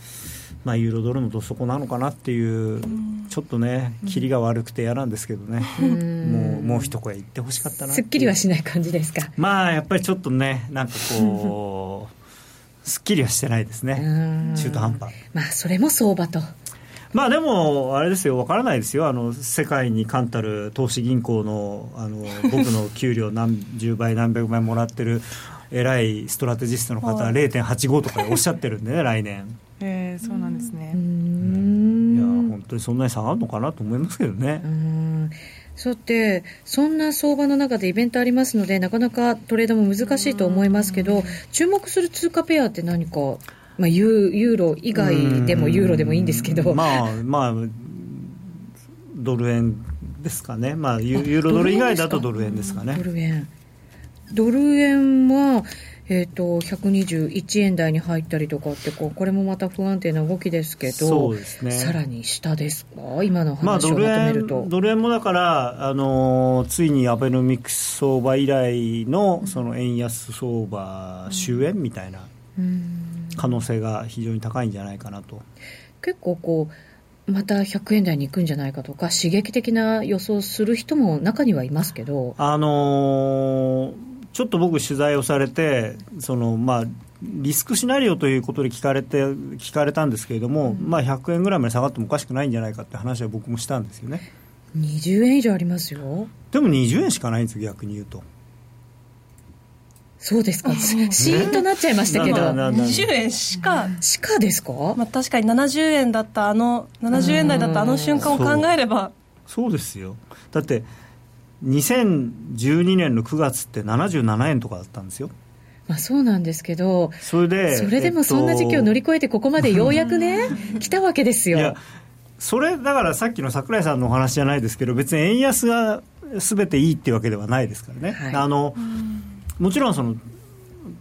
H: まあ、ユーロドルのど底なのかなっていう、ちょっとね、霧が悪くて嫌なんですけどね、もうもう一声言ってほしかったなっ
A: す
H: てい
A: っ
H: う
A: きりはしない感じですか
H: まあやっぱりちょっとね、なんかこ う、すっきりはしてないですね、中途半端。
A: まあそれも相場と
H: まあでも、あれですよ、わからないですよ、あの世界に冠たる投資銀行の あの僕の給料何十倍、何百倍もらってる偉いストラテジストの方
J: は
H: は0.85とかおっしゃってるんでね、来年。
J: えー、そうなんですね。
H: いや、本当にそんなに下がるのかなと思いますけどね。
A: うんさて、そんな相場の中でイベントありますので、なかなかトレードも難しいと思いますけど、注目する通貨ペアって何か、まあ、ユーユーロ以外でもユーロでもいいんですけど、
H: まあまあドル円ですかね。まあユユーロドル以外だとドル円ですかね。
A: ドル円。ドル円は、えー、と121円台に入ったりとかってこう、これもまた不安定な動きですけど、
H: そうですね
A: さらに下ですか、今の
H: まあ、
A: 話
H: ド
A: をまと
H: ル
A: める
H: 円
A: と。
H: ドル円もだから、あのーついにアベノミクス相場以来のその円安相場終焉みたいな可能性が非常に高いんじゃないかなと。
A: 結構こうまた100円台に行くんじゃないかとか刺激的な予想する人も中にはいますけど
H: あのーちょっと僕、取材をされてその、まあ、リスクシナリオということで聞かれて聞かれたんですけれども、まあ、100円ぐらいまで下がってもおかしくないんじゃないかって話は僕もしたんですよね。
A: 20円以上ありますよ
H: でも20円しかないんですよ、逆に言うと。
A: そうですかシーンとなっちゃいましたけど
H: なななな
C: 20円しか
A: しかですか、
C: まあ、確かに70円だったあの70円台だったあの瞬間を考えれば
H: そうですよだって2012年の9月って77円とかだったんですよ
A: まあ、そうなんですけど
H: それで
A: それでもそんな時期を乗り
H: えっ
A: 越えてここまでようやくね来たわけです
H: とい
A: よ
H: やそれだからさっきの櫻井さんのお話じゃないですけど別に円安が全ていいっていうわけではないですからね、あのもちろんその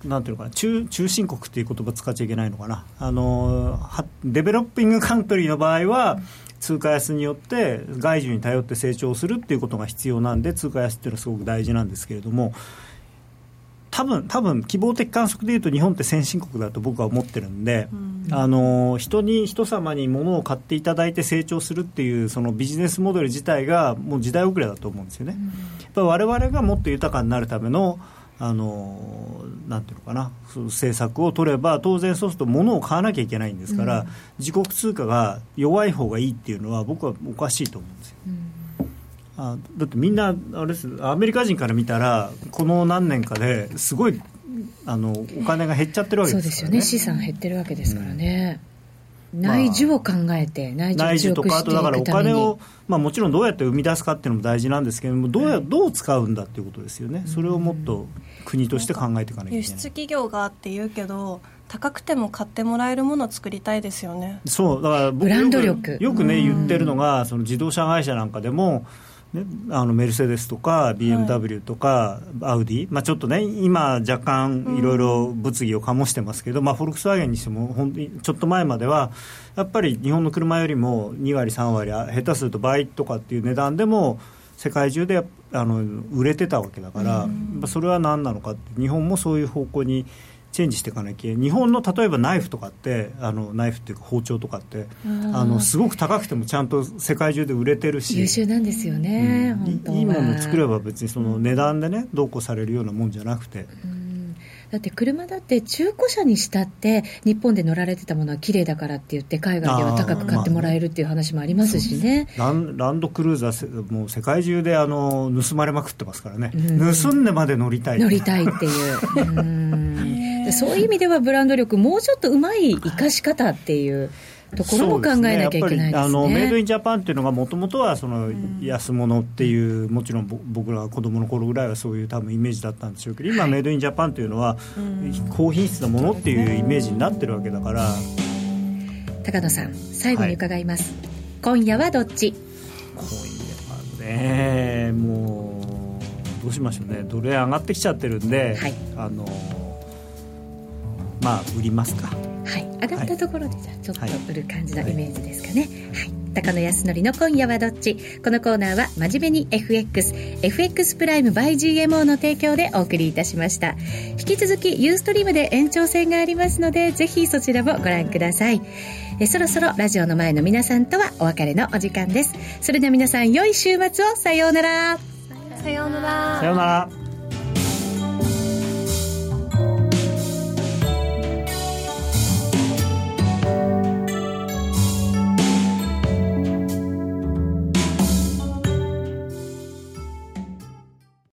H: なんていうのかな中中進国っていう言葉使っちゃいけないのかなあのはデベロッピングカントリーの場合は通貨安によって外需に頼って成長するっていうことが必要なんで通貨安っていうのはすごく大事なんですけれども多分多分希望的観測でいうと日本って先進国だと僕は思ってるんで、あの人に人様に物を買っていただいて成長するっていうそのビジネスモデル自体がもう時代遅れだと思うんですよね。やっぱ我々がもっと豊かになるためのあのなんていうのかな、その政策を取れば、当然そうすると、物を買わなきゃいけないんですから、
A: うん
H: 自国通貨が弱い方がいいっていうのは、僕はおかしいと思うんですよ。あだってみんなあれです、アメリカ人から見たら、この何年かですごいあのお金が減っちゃってるわけ
A: そう
H: で
A: ですすよ
H: から
A: ね
H: ね。
A: 資産減ってるわけですからね、
H: まあ
A: 内需を考えて内需を
H: 内需
A: 強
H: と
A: く
H: か、
A: し
H: あ
A: て
H: と
A: い
H: だからお
A: くため
H: 金
A: に
H: を、まあ、もちろんどうやって生み出すかっていうのも大事なんですけれども、どうやどう使うんだっていうことですよね、それをもっと国として考えていかなきゃい
C: 輸
H: けない
C: 出。企業があって言うけど高くても買ってもらえるものを作りたいですよね
H: そうだから僕
C: ブランド
H: よ
C: 力
H: くよくね言ってるのがその自動車会社なんかでも、ね、あのメルセデスとか BMW とかアウディ、まあ、ちょっとね今若干いろいろ物議を醸してますけど、まあ、フォルクスワーゲンにしても本当にちょっと前まではやっぱり日本の車よりも2割3割あ下手すると倍とかっていう値段でも世界中であの売れてたわけだから、まあそれは何なのかって日本もそういう方向にチェンジしていかなきゃいけない日本の例えばナイフとかってあのナイフっていうか包丁とかって
A: うん
H: あのすごく高くてもちゃんと世界中で売れてるし
A: 優秀なんですよね、本当はい
H: いものを作れば別にその値段でねどうこうされるようなもんじゃなくて、
A: だって車だって中古車にしたって日本で乗られてたものは綺麗だからって言って海外では高く買ってもらえるっていう話もありますしね。
H: ランランドクルーザーせもう世界中であの盗まれまくってますからね、盗んでまで乗りたい
A: 乗りたいっていううんでそういう意味ではブランド力もうちょっとうまい生かし方っていうところも考えなきゃいけないですね
H: そうですねやっぱりあのメイドインジャパンっていうのがもともとはその安物っていうもちろんぼ僕らが子供の頃ぐらいはそういう多分イメージだったんでしょうけど今メイドインジャパンっていうのは高品質なものっていうイメージになってるわけだから
A: 高野さん最後に伺います、今夜はどっち
H: ねえもうどうしましょうねドル円上がってきちゃってるんで、あのまあ売りますか
A: 上がったところでじゃあちょっと売る感じのイメージですかね、はい高野康則の今夜はどっちこのコーナーは真面目に FXFX プライム by GMO の提供でお送りいたしました引き続きユーストリームで延長戦がありますのでぜひそちらもご覧くださいえそろそろラジオの前の皆さんとはお別れのお時間ですそれでは皆さん良い週末をさようなら
C: さようなら
H: さようなら